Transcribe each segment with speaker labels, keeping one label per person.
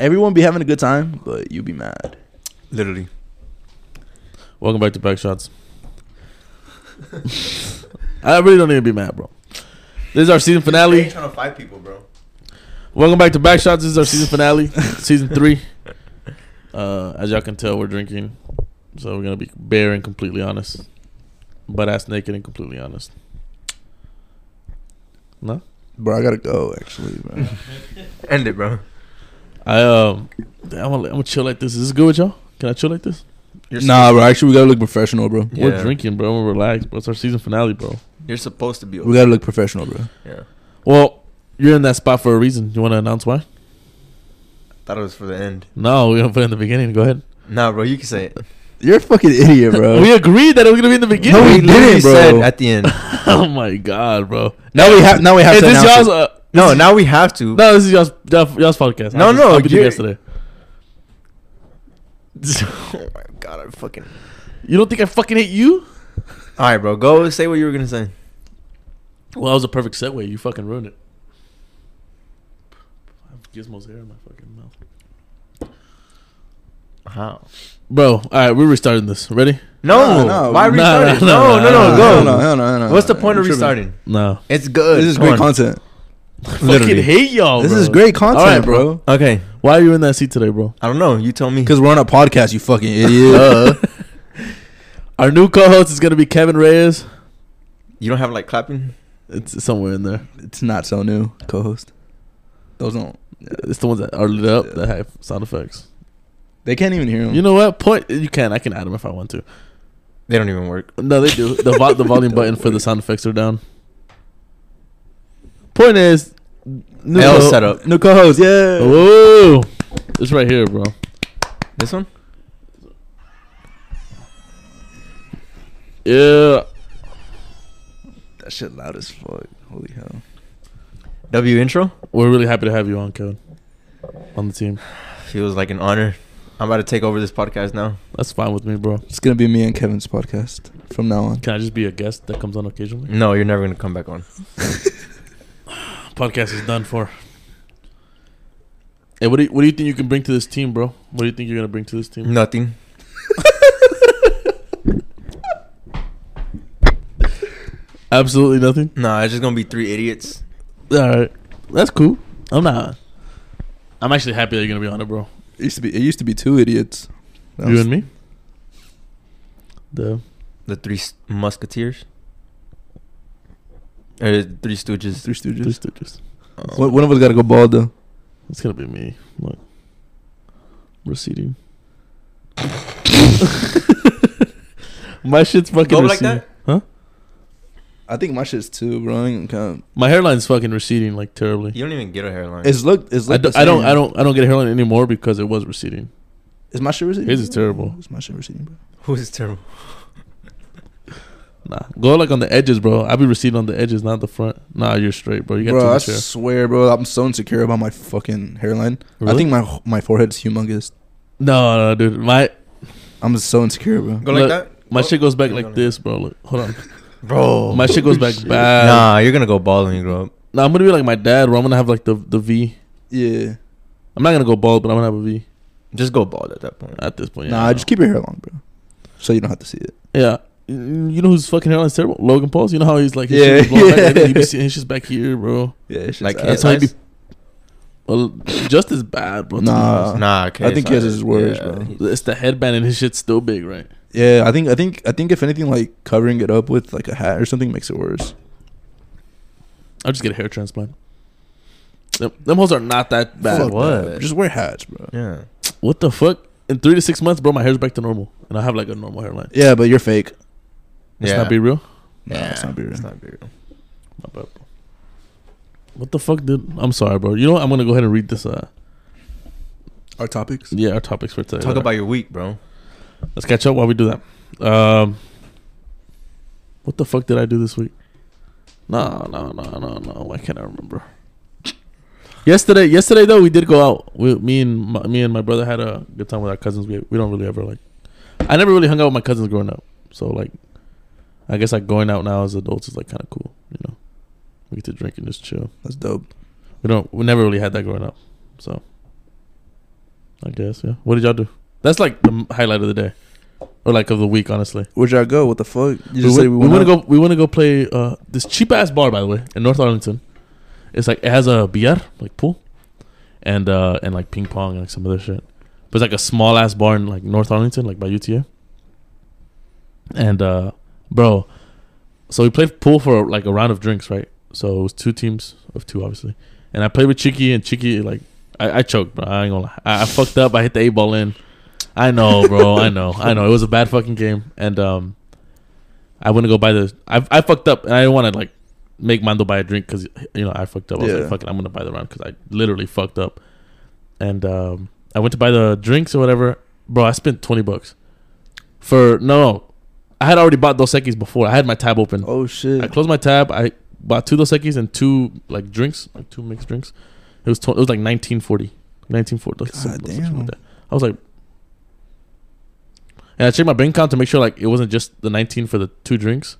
Speaker 1: Everyone be having a good time, but you be mad.
Speaker 2: Literally.
Speaker 3: Welcome back to Back Shots. I really don't even be mad, bro. This is our season finale.
Speaker 2: trying to fight people, bro.
Speaker 3: Welcome back to Back Shots. This is our season finale, season three. Uh, as y'all can tell, we're drinking, so we're gonna be bare and completely honest, butt ass naked and completely honest. No,
Speaker 1: Bro, I gotta go actually, man.
Speaker 2: End it, bro.
Speaker 3: I um, I'm gonna, I'm gonna chill like this. Is this good with y'all? Can I chill like this?
Speaker 2: You're
Speaker 1: nah, bro. Actually, we gotta look professional, bro.
Speaker 3: We're
Speaker 2: Yeah.
Speaker 3: drinking, bro. We're relaxed, bro. It's our season finale, bro.
Speaker 2: You're supposed to be.
Speaker 1: We gotta look professional, bro.
Speaker 2: yeah.
Speaker 3: Well, you're in that spot for a reason. You want to announce why?
Speaker 2: Thought it was for the end.
Speaker 3: No, we're gonna put it in the beginning. Go ahead.
Speaker 2: Nah, bro. You can say it.
Speaker 1: You're a fucking idiot, bro.
Speaker 3: we agreed that it was gonna be in the beginning.
Speaker 1: No, we
Speaker 2: literally
Speaker 1: didn't, bro.
Speaker 2: Said at the end.
Speaker 3: oh my god, bro.
Speaker 1: now we have. Now we have
Speaker 3: Hey,
Speaker 1: to
Speaker 3: this
Speaker 1: announce.
Speaker 3: y'all's
Speaker 1: it.
Speaker 3: uh,
Speaker 2: no, now we have to.
Speaker 3: no, this is y'all's y'all- y'all's podcast.
Speaker 2: No,
Speaker 3: I'll
Speaker 2: no,
Speaker 3: I'll be the
Speaker 2: you're-
Speaker 3: guest today.
Speaker 2: oh my god, I fucking.
Speaker 3: You don't think I fucking hate you?
Speaker 2: All right, bro. Go say what you were gonna say.
Speaker 3: Well, that was a perfect segue. You fucking ruined it. I have Gizmo's hair in my fucking mouth,
Speaker 2: How?
Speaker 3: bro. All right, we're restarting this. Ready?
Speaker 2: No,
Speaker 1: No, no,
Speaker 2: why
Speaker 3: no,
Speaker 2: restart it?
Speaker 3: no,
Speaker 2: No, no,
Speaker 3: no, no,
Speaker 2: no,
Speaker 1: Hell
Speaker 2: go.
Speaker 1: no, hell no, hell no.
Speaker 2: What's the point of
Speaker 1: You're tripping.
Speaker 2: restarting?
Speaker 3: No.
Speaker 2: It's good.
Speaker 1: This is
Speaker 2: Come
Speaker 1: great
Speaker 2: on. Oh,
Speaker 1: content.
Speaker 3: Fucking hate y'all.
Speaker 1: This
Speaker 3: bro.
Speaker 1: is great
Speaker 3: All right,
Speaker 1: content, bro.
Speaker 2: Okay,
Speaker 3: Why are you in that seat today, bro?
Speaker 2: I don't know. You tell me.
Speaker 1: Because we're on a podcast, you fucking idiot.
Speaker 3: Uh-huh. Our new co-host is gonna be Kevin Reyes.
Speaker 2: You don't have like clapping.
Speaker 3: It's somewhere in there.
Speaker 1: It's not so new, co-host. Those don't.
Speaker 3: It's the ones that are lit up that have sound effects.
Speaker 1: They can't even hear him.
Speaker 3: You know what? Point. You can. I can add them if I want to.
Speaker 2: They don't even work.
Speaker 3: No, they do. The vo- the volume button for the sound effects are down. Point is,
Speaker 1: new
Speaker 2: Hell setup.
Speaker 1: New co-host, yeah.
Speaker 3: oh, it's right here, bro.
Speaker 2: This one?
Speaker 3: Yeah,
Speaker 1: That shit loud as fuck. Holy hell.
Speaker 2: W intro?
Speaker 3: we're really happy to have you on, Kevin, on the team.
Speaker 2: Feels like an honor. I'm about to take over this podcast now.
Speaker 3: That's fine with me, bro.
Speaker 1: It's gonna be me and Kevin's podcast from now on.
Speaker 3: Can I just be a guest that comes on occasionally?
Speaker 2: No, you're never gonna come back on.
Speaker 3: Podcast is done for. Hey, what do you, what do you think you can bring to this team, bro? What do you think you're gonna bring to this team?
Speaker 2: Nothing.
Speaker 3: Absolutely nothing.
Speaker 2: Nah, it's just gonna be three idiots.
Speaker 3: All right, that's cool. I'm not. I'm actually happy that you're gonna be on it, bro.
Speaker 1: It used to be. It used to be two idiots. That
Speaker 3: You
Speaker 1: was-
Speaker 3: and me. The
Speaker 2: The three s- musketeers. Or the three stooges. Oh.
Speaker 1: Three
Speaker 3: Three
Speaker 1: Stooges.
Speaker 3: Stooges.
Speaker 1: One one of us gotta go bald though.
Speaker 3: It's gonna be me. Look, receding. My shit's fucking
Speaker 2: Go like
Speaker 3: receding.
Speaker 2: that?
Speaker 3: Huh?
Speaker 1: I think my shit's two, bro. I ain't gonna count.
Speaker 3: My hairline's fucking receding like terribly.
Speaker 2: You don't even get a hairline.
Speaker 1: It's look. It's
Speaker 3: I,
Speaker 1: look
Speaker 3: do, I don't. I don't. I don't get a hairline anymore because it was receding.
Speaker 1: Is my shit receding?
Speaker 3: His is terrible.
Speaker 1: Is my shit receding, bro?
Speaker 2: Who's this terrible?
Speaker 3: Nah, go like on the edges, bro. I be receding on the edges, not the front. Nah, you're straight, bro. You got too
Speaker 1: Bro, I
Speaker 3: much hair.
Speaker 1: swear, bro, I'm so insecure about my fucking hairline. I
Speaker 3: Really?
Speaker 1: think my my forehead's humongous.
Speaker 3: No, no, dude. My
Speaker 1: I'm so insecure, bro.
Speaker 2: Go
Speaker 3: Look,
Speaker 2: like that?
Speaker 1: Oh.
Speaker 3: my shit goes back
Speaker 2: Hang
Speaker 3: like
Speaker 2: on.
Speaker 3: this, bro. Look, hold on.
Speaker 2: Bro.
Speaker 3: My Oh, shit goes back bad. Nah.
Speaker 2: nah, you're gonna go bald when you grow up.
Speaker 3: I'm gonna be like my dad, where I'm gonna have like the the V.
Speaker 1: Yeah.
Speaker 3: I'm not gonna go bald, but I'm gonna have a V
Speaker 2: Just go bald at that point.
Speaker 3: at this point.
Speaker 1: nah,
Speaker 3: yeah,
Speaker 1: just keep your hair long, bro, so you don't have to see it.
Speaker 3: Yeah. Mm, You know who's fucking hairline's terrible? Logan Paul's. You know how he's like, his
Speaker 1: Yeah,
Speaker 3: shit is blown back,
Speaker 1: yeah.
Speaker 3: like that? You be seeing his shit's back here, bro.
Speaker 1: Yeah, it's
Speaker 2: Like his
Speaker 3: That's how you
Speaker 2: eyes?
Speaker 3: be- Well, just as bad, bro. to be
Speaker 1: Nah.
Speaker 2: Nah, okay.
Speaker 1: I think
Speaker 2: fine.
Speaker 1: his is worse, bro.
Speaker 3: honest. it's the headband and his shit's still big, right?
Speaker 1: Yeah, I think I think I think if anything, like covering it up with like a hat or something makes it worse.
Speaker 3: I'll just get a hair transplant. Them, them hoes are not that bad.
Speaker 1: Fuck
Speaker 2: what?
Speaker 1: that. Just wear hats, bro.
Speaker 2: Yeah.
Speaker 3: What the fuck? In three to six months, bro, my hair's back to normal, and I have like a normal hairline.
Speaker 1: Yeah, but you're fake.
Speaker 3: Let's
Speaker 2: yeah.
Speaker 3: not be real.
Speaker 1: Nah,
Speaker 2: yeah.
Speaker 1: it's not be real.
Speaker 2: It's not be real.
Speaker 3: My bad, bro. What the fuck, dude? I'm sorry, bro. You know what? I'm gonna go ahead and read this. Uh,
Speaker 1: Our topics.
Speaker 3: yeah, our topics for today.
Speaker 2: Talk about your week, bro.
Speaker 3: Let's catch up while we do that. Um, what the fuck did I do this week? No, no, no, no, no. Why can't I remember? Yesterday, yesterday though, we did go out. We, me and my, me and my brother had a good time with our cousins. We we don't really ever like. I never really hung out with my cousins growing up. So like, I guess like going out now as adults is like kind of cool. You know, we get to drink and just chill.
Speaker 1: That's dope.
Speaker 3: We don't. We never really had that growing up. So I guess. Yeah. What did y'all do? That's like the m- highlight of the day, or like of the week, honestly.
Speaker 1: Where'd y'all go? What the fuck? You
Speaker 3: we,
Speaker 1: just say we,
Speaker 3: want to
Speaker 1: went out?
Speaker 3: go. We want to go play uh, this cheap ass bar, by the way, in North Arlington. It's like it has a billar, like pool, and uh, and like ping pong and like some other shit. But it's like a small ass bar in like North Arlington, like by UTA. And uh, bro, so we played pool for like a round of drinks, right? So it was two teams of two, obviously. And I played with Chicky, and Chicky like I, I choked, bro. I ain't gonna lie. I, I fucked up. I hit the eight ball in. I know, bro. I know. I know. It was a bad fucking game, and um, I wouldn't go buy the. I I fucked up, and I didn't want to like make Mando buy a drink because you know I fucked up. I was
Speaker 1: Yeah.
Speaker 3: like, fuck it, I'm gonna buy the round because I literally fucked up, and um, I went to buy the drinks or whatever, bro. I spent twenty bucks for no. I had already bought Dos Equis before. I had my tab open.
Speaker 1: Oh shit!
Speaker 3: I closed my tab. I bought two Dos Equis and two like drinks, like two mixed drinks. It was tw- it was like 1940, 1940. Like,
Speaker 1: God
Speaker 3: some- something
Speaker 1: damn.
Speaker 3: Like that. I was like, and I checked my bank account to make sure like it wasn't just the 19 for the two drinks,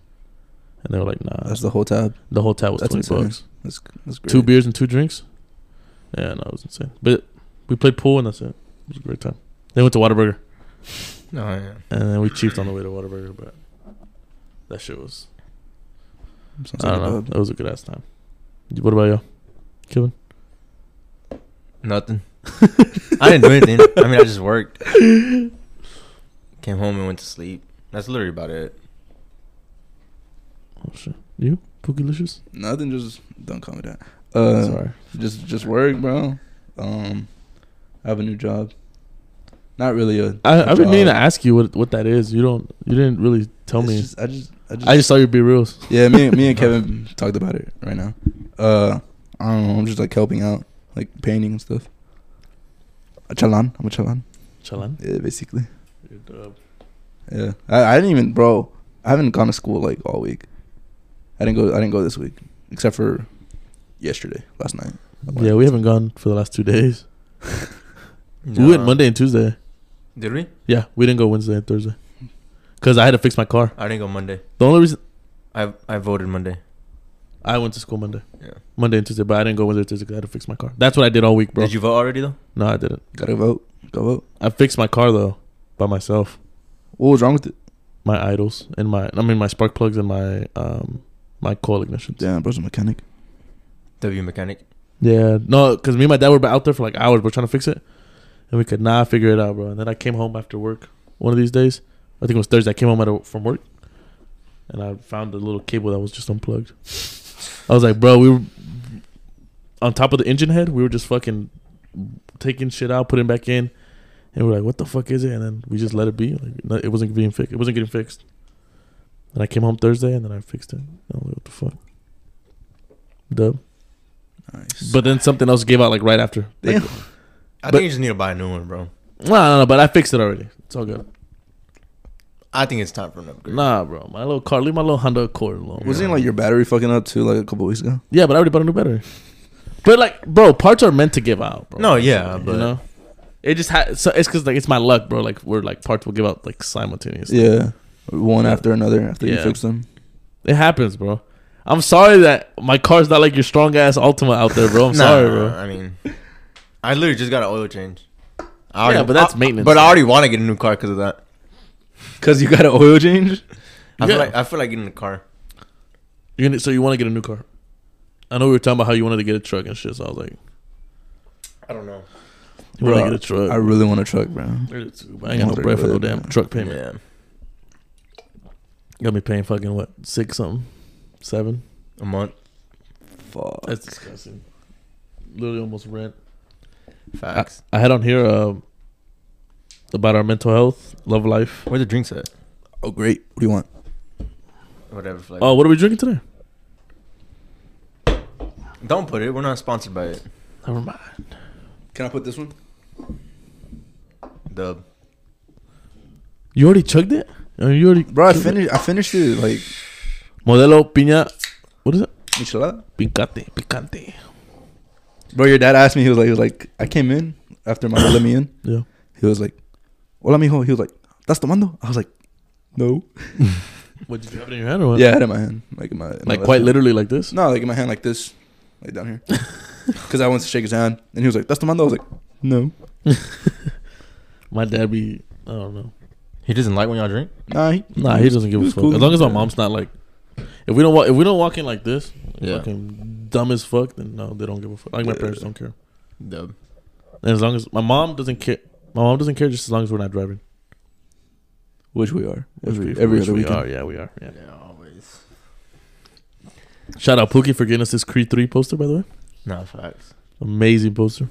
Speaker 3: and they were like, nah,
Speaker 1: that's the whole tab.
Speaker 3: the whole tab was
Speaker 1: that's
Speaker 3: 20
Speaker 1: insane.
Speaker 3: bucks,
Speaker 1: That's that's great.
Speaker 3: two beers and two drinks. Yeah, no, it was insane. But we played pool and that's it. It was a great time. Then went to Whataburger
Speaker 2: No, yeah.
Speaker 3: and then we chiefed on the way to Whataburger, but that shit was
Speaker 1: Sounds
Speaker 3: I
Speaker 1: like
Speaker 3: don't know.
Speaker 1: a vibe.
Speaker 3: That was a good ass time. You- What about you, Kevin?
Speaker 2: Nothing. I didn't do anything. I mean, I just worked. Came home and went to sleep. That's literally about it.
Speaker 3: Oh shit, you Pookylicious?
Speaker 1: Nothing. Just don't call me that. Uh,
Speaker 3: Sorry.
Speaker 1: Just just work, bro. Um, I have a new job. Not really a.
Speaker 3: I,
Speaker 1: a
Speaker 3: I've been meaning to
Speaker 1: job.
Speaker 3: ask you what what that is. You don't. You didn't really tell
Speaker 1: It's
Speaker 3: me.
Speaker 1: just- I just I just
Speaker 3: I just saw your be reels.
Speaker 1: Yeah, me, me and Kevin talked about it right now. Uh, I don't know. I'm just like helping out, like painting and stuff. A chalan. I'm a chalan.
Speaker 3: Chalan.
Speaker 1: Yeah, basically. Yeah. I, I didn't even, bro. I haven't gone to school like all week. I didn't go. I didn't go this week, except for yesterday, last night.
Speaker 3: Yeah, we haven't gone for the last two days. We went Monday and Tuesday.
Speaker 2: Did we?
Speaker 3: Yeah, we didn't go Wednesday and Thursday because I had to fix my car.
Speaker 2: I didn't go Monday.
Speaker 3: The only reason
Speaker 2: I I voted Monday.
Speaker 3: I went to school Monday,
Speaker 2: Yeah.
Speaker 3: Monday and Tuesday, but I didn't go Wednesday and Tuesday 'cause I had to fix my car. That's what I did all week, bro.
Speaker 2: Did you vote already though?
Speaker 3: no, I didn't.
Speaker 1: Gotta vote. Go vote.
Speaker 3: I fixed my car though by myself.
Speaker 1: What was wrong with it?
Speaker 3: my idles and my I mean my spark plugs and my um my coil ignitions.
Speaker 1: Damn, bro's a mechanic.
Speaker 2: W mechanic.
Speaker 3: Yeah, no, because me and my dad were out there for like hours, bro, trying to fix it, and we could not figure it out, bro. And then I came home after work one of these days. I think it was Thursday. I came home out of, from work, and I found a little cable that was just unplugged. I was like, bro, we were on top of the engine head. We were just fucking taking shit out, putting back in, and we're like, what the fuck is it? And then we just let it be. Like no- it wasn't being fixed. It wasn't getting fixed. And I came home Thursday, and then I fixed it. I was like, what the fuck? Dub.
Speaker 1: Nice.
Speaker 3: But then something else gave out like right after. Like,
Speaker 1: Damn.
Speaker 2: I
Speaker 3: But-
Speaker 2: think you just need to buy a new one, bro.
Speaker 3: no, no, no, but I fixed it already. It's all good.
Speaker 2: I think it's time for an upgrade.
Speaker 3: Nah, bro, my little car, leave my little Honda Accord alone.
Speaker 1: wasn't it, like your battery fucking up too, like a couple weeks ago?
Speaker 3: yeah, but I already bought a new battery. But like, bro, parts are meant to give out. Bro.
Speaker 2: No, yeah, but-
Speaker 3: it just ha- so it's because like it's my luck, bro. Like we're like parts will give out like simultaneously.
Speaker 1: Yeah, one after another after you
Speaker 3: Yeah.
Speaker 1: fix them.
Speaker 3: It happens, bro. I'm sorry that my car's not like your strong ass Ultima out there, bro. I'm
Speaker 2: Nah,
Speaker 3: sorry, bro.
Speaker 2: I mean, I literally just got an oil change. I already-
Speaker 3: Yeah, but that's
Speaker 2: I-
Speaker 3: maintenance.
Speaker 2: But I already want to get a new car because of that.
Speaker 1: Cause you got an oil change.
Speaker 2: I
Speaker 3: Yeah.
Speaker 2: feel like I feel like getting a car.
Speaker 3: You're gonna, so you want to get a new car? I know we were talking about how you wanted to get a truck and shit. So I was like,
Speaker 2: I don't know.
Speaker 3: you want to
Speaker 1: Bro,
Speaker 3: get a truck?
Speaker 1: I really want a truck, bro.
Speaker 3: I ain't got no bread for no damn truck payment.
Speaker 2: Yeah.
Speaker 3: Got me paying fucking what six something, seven.
Speaker 2: A month.
Speaker 1: Fuck.
Speaker 3: That's disgusting. Literally almost rent. I,
Speaker 2: Facts.
Speaker 3: I had on here um, about our mental health, love life.
Speaker 2: Where's the drinks at?
Speaker 1: Oh great. What do you want?
Speaker 2: Whatever. Flavor.
Speaker 3: Oh, what are we drinking today?
Speaker 2: Don't put it. We're not sponsored by it.
Speaker 3: Never mind.
Speaker 1: Can I put this one?
Speaker 2: Dub.
Speaker 3: You already chugged it? Uh, You already
Speaker 1: Bro, I
Speaker 3: chugged it?
Speaker 1: finished. I finished it like
Speaker 3: Modelo piña. What is it?
Speaker 1: michelada.
Speaker 3: Picante, picante.
Speaker 1: Bro, your dad asked me. He was like, he was like, I came in after my dad let me in.
Speaker 3: Yeah.
Speaker 1: He was like, "Hola, mijo." He was like, "That's tomando." I was like, "No."
Speaker 3: What did you have it in your hand or what?
Speaker 1: Yeah, I had it in my hand, like in my in my
Speaker 3: Like
Speaker 1: left
Speaker 3: quite
Speaker 1: hand.
Speaker 3: literally like this.
Speaker 1: No, like in my hand, like this, like down here. Because I went to shake his hand, and he was like, "That's tomando." I was like, "No."
Speaker 3: My dad be I don't know.
Speaker 2: He doesn't like when y'all drink.
Speaker 1: Nah, he,
Speaker 3: Nah, he doesn't give a
Speaker 1: was
Speaker 3: fuck.
Speaker 1: cool.
Speaker 3: As long as my
Speaker 1: Yeah.
Speaker 3: mom's not like, if we don't walk, if we don't walk in like this,
Speaker 2: Yeah.
Speaker 3: fucking dumb as fuck, then no, they don't give a fuck. Like my
Speaker 1: Yeah.
Speaker 3: parents don't care.
Speaker 2: Dub.
Speaker 3: And as long as my mom doesn't care, my mom doesn't care. Just as long as we're not driving.
Speaker 1: which we are every
Speaker 3: Which we-
Speaker 1: every
Speaker 3: which
Speaker 1: other
Speaker 3: we
Speaker 1: weekend.
Speaker 3: Are, yeah, we are. Yeah.
Speaker 2: Yeah, always.
Speaker 3: Shout out Pookie for getting us this Creed three poster, by the way.
Speaker 2: Nah, facts.
Speaker 3: Amazing poster.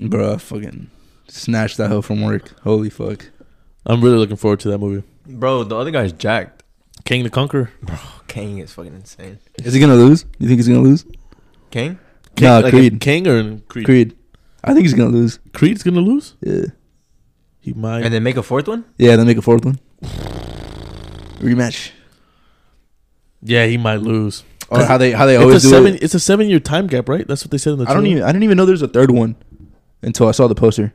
Speaker 1: Bro, I fucking snatched that hoe from work. Holy fuck.
Speaker 3: I'm really looking forward to that movie.
Speaker 2: Bro, the other guy's jacked.
Speaker 3: King the Conqueror.
Speaker 2: Kang is fucking insane.
Speaker 1: Is he gonna lose? You think he's gonna lose?
Speaker 2: Kang?
Speaker 3: King,
Speaker 1: Nah,
Speaker 3: like
Speaker 1: Creed.
Speaker 3: a King or Creed?
Speaker 1: Creed. I think he's gonna lose.
Speaker 3: Creed's gonna lose.
Speaker 1: Yeah.
Speaker 3: He might.
Speaker 2: And then make a fourth one?
Speaker 1: Yeah, then make a fourth one. Rematch.
Speaker 3: yeah, he might lose.
Speaker 1: Or how they how they always
Speaker 3: It's a
Speaker 1: do
Speaker 3: seven.
Speaker 1: it.
Speaker 3: It's a seven year time gap, right? That's what they said in the.
Speaker 1: I don't
Speaker 3: trailer.
Speaker 1: even I didn't even know there's a third one until I saw the poster.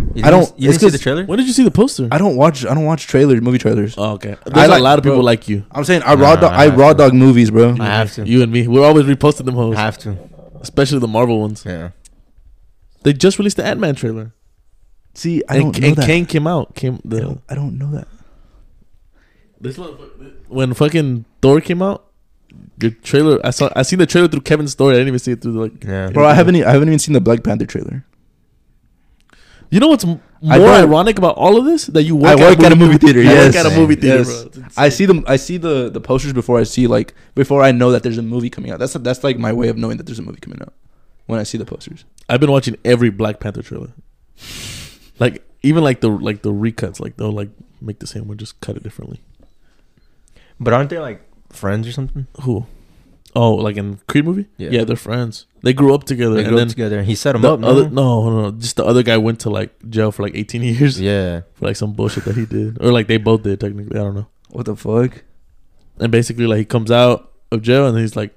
Speaker 1: I
Speaker 2: didn't-
Speaker 1: don't-
Speaker 2: You
Speaker 1: it's
Speaker 2: didn't see the
Speaker 1: 'cause-
Speaker 2: trailer?
Speaker 3: When did you see the poster?
Speaker 1: I don't watch I don't watch trailers, movie trailers.
Speaker 3: Oh, okay. There's
Speaker 1: like-
Speaker 3: a lot of people
Speaker 1: bro.
Speaker 3: like you.
Speaker 1: I'm saying I raw
Speaker 2: Nah,
Speaker 1: dog
Speaker 2: I
Speaker 1: I
Speaker 2: have
Speaker 1: raw
Speaker 2: to.
Speaker 1: dog movies, bro.
Speaker 2: I have to.
Speaker 3: You and me. We're always reposting them hoes.
Speaker 2: I have to.
Speaker 3: Especially the Marvel ones.
Speaker 2: Yeah.
Speaker 3: They just released the Ant Man trailer.
Speaker 1: See, I
Speaker 3: and
Speaker 1: don't know
Speaker 3: and
Speaker 1: that.
Speaker 3: Kang came out. Came
Speaker 1: I
Speaker 3: the,
Speaker 1: don't, I don't know that.
Speaker 3: this motherfucker- when fucking Thor came out, the trailer I saw I seen the trailer through Kevin's story. I didn't even see it through like
Speaker 2: Yeah.
Speaker 1: Bro, I haven't e- I haven't even seen the Black Panther trailer.
Speaker 3: You know what's m-
Speaker 1: e- I
Speaker 3: more
Speaker 1: don't-
Speaker 3: ironic about all of this? That you work,
Speaker 1: I
Speaker 3: at,
Speaker 1: work
Speaker 3: a
Speaker 1: at a
Speaker 3: movie
Speaker 1: movie theater.
Speaker 3: I work
Speaker 1: Yes,
Speaker 3: at a movie theater,
Speaker 1: Yes.
Speaker 3: bro. It's insane.
Speaker 1: I see them. I see the the posters before I see like before I know that there's a movie coming out. That's that's like my way of knowing that there's a movie coming out when I see the posters.
Speaker 3: I've been watching every Black Panther trailer. Like even like the like the recuts, like they'll like make the same one, just cut it differently.
Speaker 2: But aren't they like friends or something?
Speaker 3: Who? Oh, like in Creed movie?
Speaker 2: Yeah.
Speaker 3: they're friends. They grew up together,
Speaker 2: They
Speaker 3: and
Speaker 2: grew
Speaker 3: then
Speaker 2: up together. He set him
Speaker 3: the
Speaker 2: up.
Speaker 3: other
Speaker 2: no?
Speaker 3: no, no, no, just the other guy went to like jail for like 18 years
Speaker 2: Yeah.
Speaker 3: for like some bullshit that he did, or like they both did technically. I don't know.
Speaker 1: What the fuck?
Speaker 3: And basically, like he comes out of jail and he's like,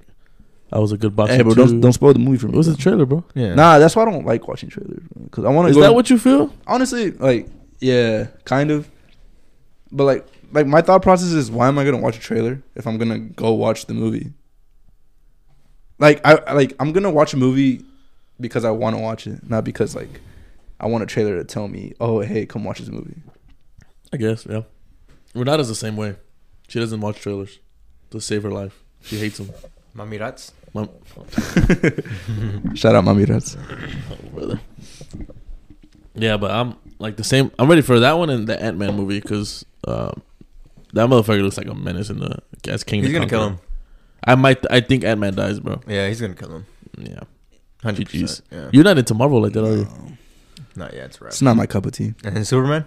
Speaker 3: "I was a good boxer."
Speaker 1: Hey, bro,
Speaker 3: too."
Speaker 1: don't don't spoil the movie for me.
Speaker 3: It was
Speaker 1: bro.
Speaker 3: a trailer, bro.
Speaker 2: Yeah.
Speaker 1: Nah, that's why I don't like watching trailers because I want to.
Speaker 3: Is
Speaker 1: go
Speaker 3: that what you feel?
Speaker 1: Honestly, like yeah, kind of. But like like my thought process is why am I gonna watch a trailer if I'm gonna go watch the movie? Like I I- like I'm gonna watch a movie because I want to watch it, not because like I want a trailer to tell me, oh hey, come watch this movie.
Speaker 3: I guess, yeah. Renata's the same way. She doesn't watch trailers to save her life. She hates them.
Speaker 2: Mommy rats.
Speaker 3: Mom,
Speaker 1: Shout out Mami Rats.
Speaker 3: brother. Yeah, but I'm like the same. I'm ready for that one and the Ant Man movie because um, that motherfucker looks like a menace in the as King.
Speaker 2: He's
Speaker 3: the
Speaker 2: gonna kill
Speaker 3: Conqueror.
Speaker 2: him.
Speaker 3: I might. I think Ant Man dies, bro.
Speaker 2: Yeah, he's gonna kill him.
Speaker 3: Yeah,
Speaker 2: 100%.
Speaker 3: GGs.
Speaker 2: Yeah.
Speaker 3: you're not into Marvel like that, are you?
Speaker 2: Not yet. It's right.
Speaker 1: It's not my cup of tea.
Speaker 2: And then Superman?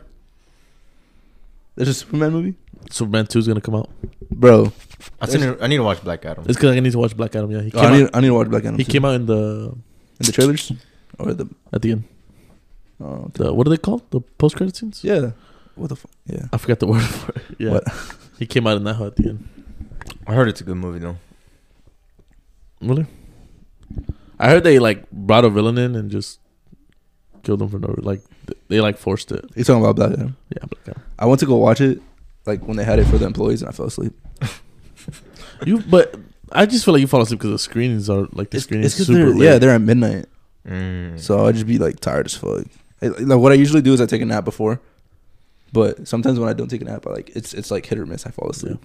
Speaker 1: There's a Superman movie,
Speaker 3: Superman two is gonna come out.
Speaker 1: bro.
Speaker 2: I, still need, I need to watch Black Adam.
Speaker 3: It's because I need to watch Black Adam. Yeah, he came.
Speaker 1: Oh, I need
Speaker 3: out,
Speaker 1: I need to watch Black Adam.
Speaker 3: he
Speaker 1: too.
Speaker 3: came out in the
Speaker 1: in the trailers or the
Speaker 3: at the end.
Speaker 1: oh
Speaker 3: The what are they called? The post credit scenes.
Speaker 1: yeah. What the fuck? Yeah.
Speaker 3: I forgot the word for it. Yeah,
Speaker 1: What?
Speaker 3: he came out in that at the end.
Speaker 2: I heard it's a good movie though.
Speaker 3: Really? I heard they like brought a villain in and just killed him for no like th- they like forced it.
Speaker 1: You talking about Black Adam?
Speaker 3: Yeah, Black Adam.
Speaker 1: I went to go watch it, like when they had it for the employees, and I fell asleep.
Speaker 3: You but I just feel like you fall asleep because the screenings are like the
Speaker 1: It's,
Speaker 3: screenings
Speaker 1: it's 'cause
Speaker 3: super
Speaker 1: they're,
Speaker 3: late.
Speaker 1: yeah, they're at midnight,
Speaker 2: Mm.
Speaker 1: so I'd just be like tired as fuck. I- like what I usually do is I take a nap before, but sometimes when I don't take a nap, I like it's it's like hit or miss. I fall asleep.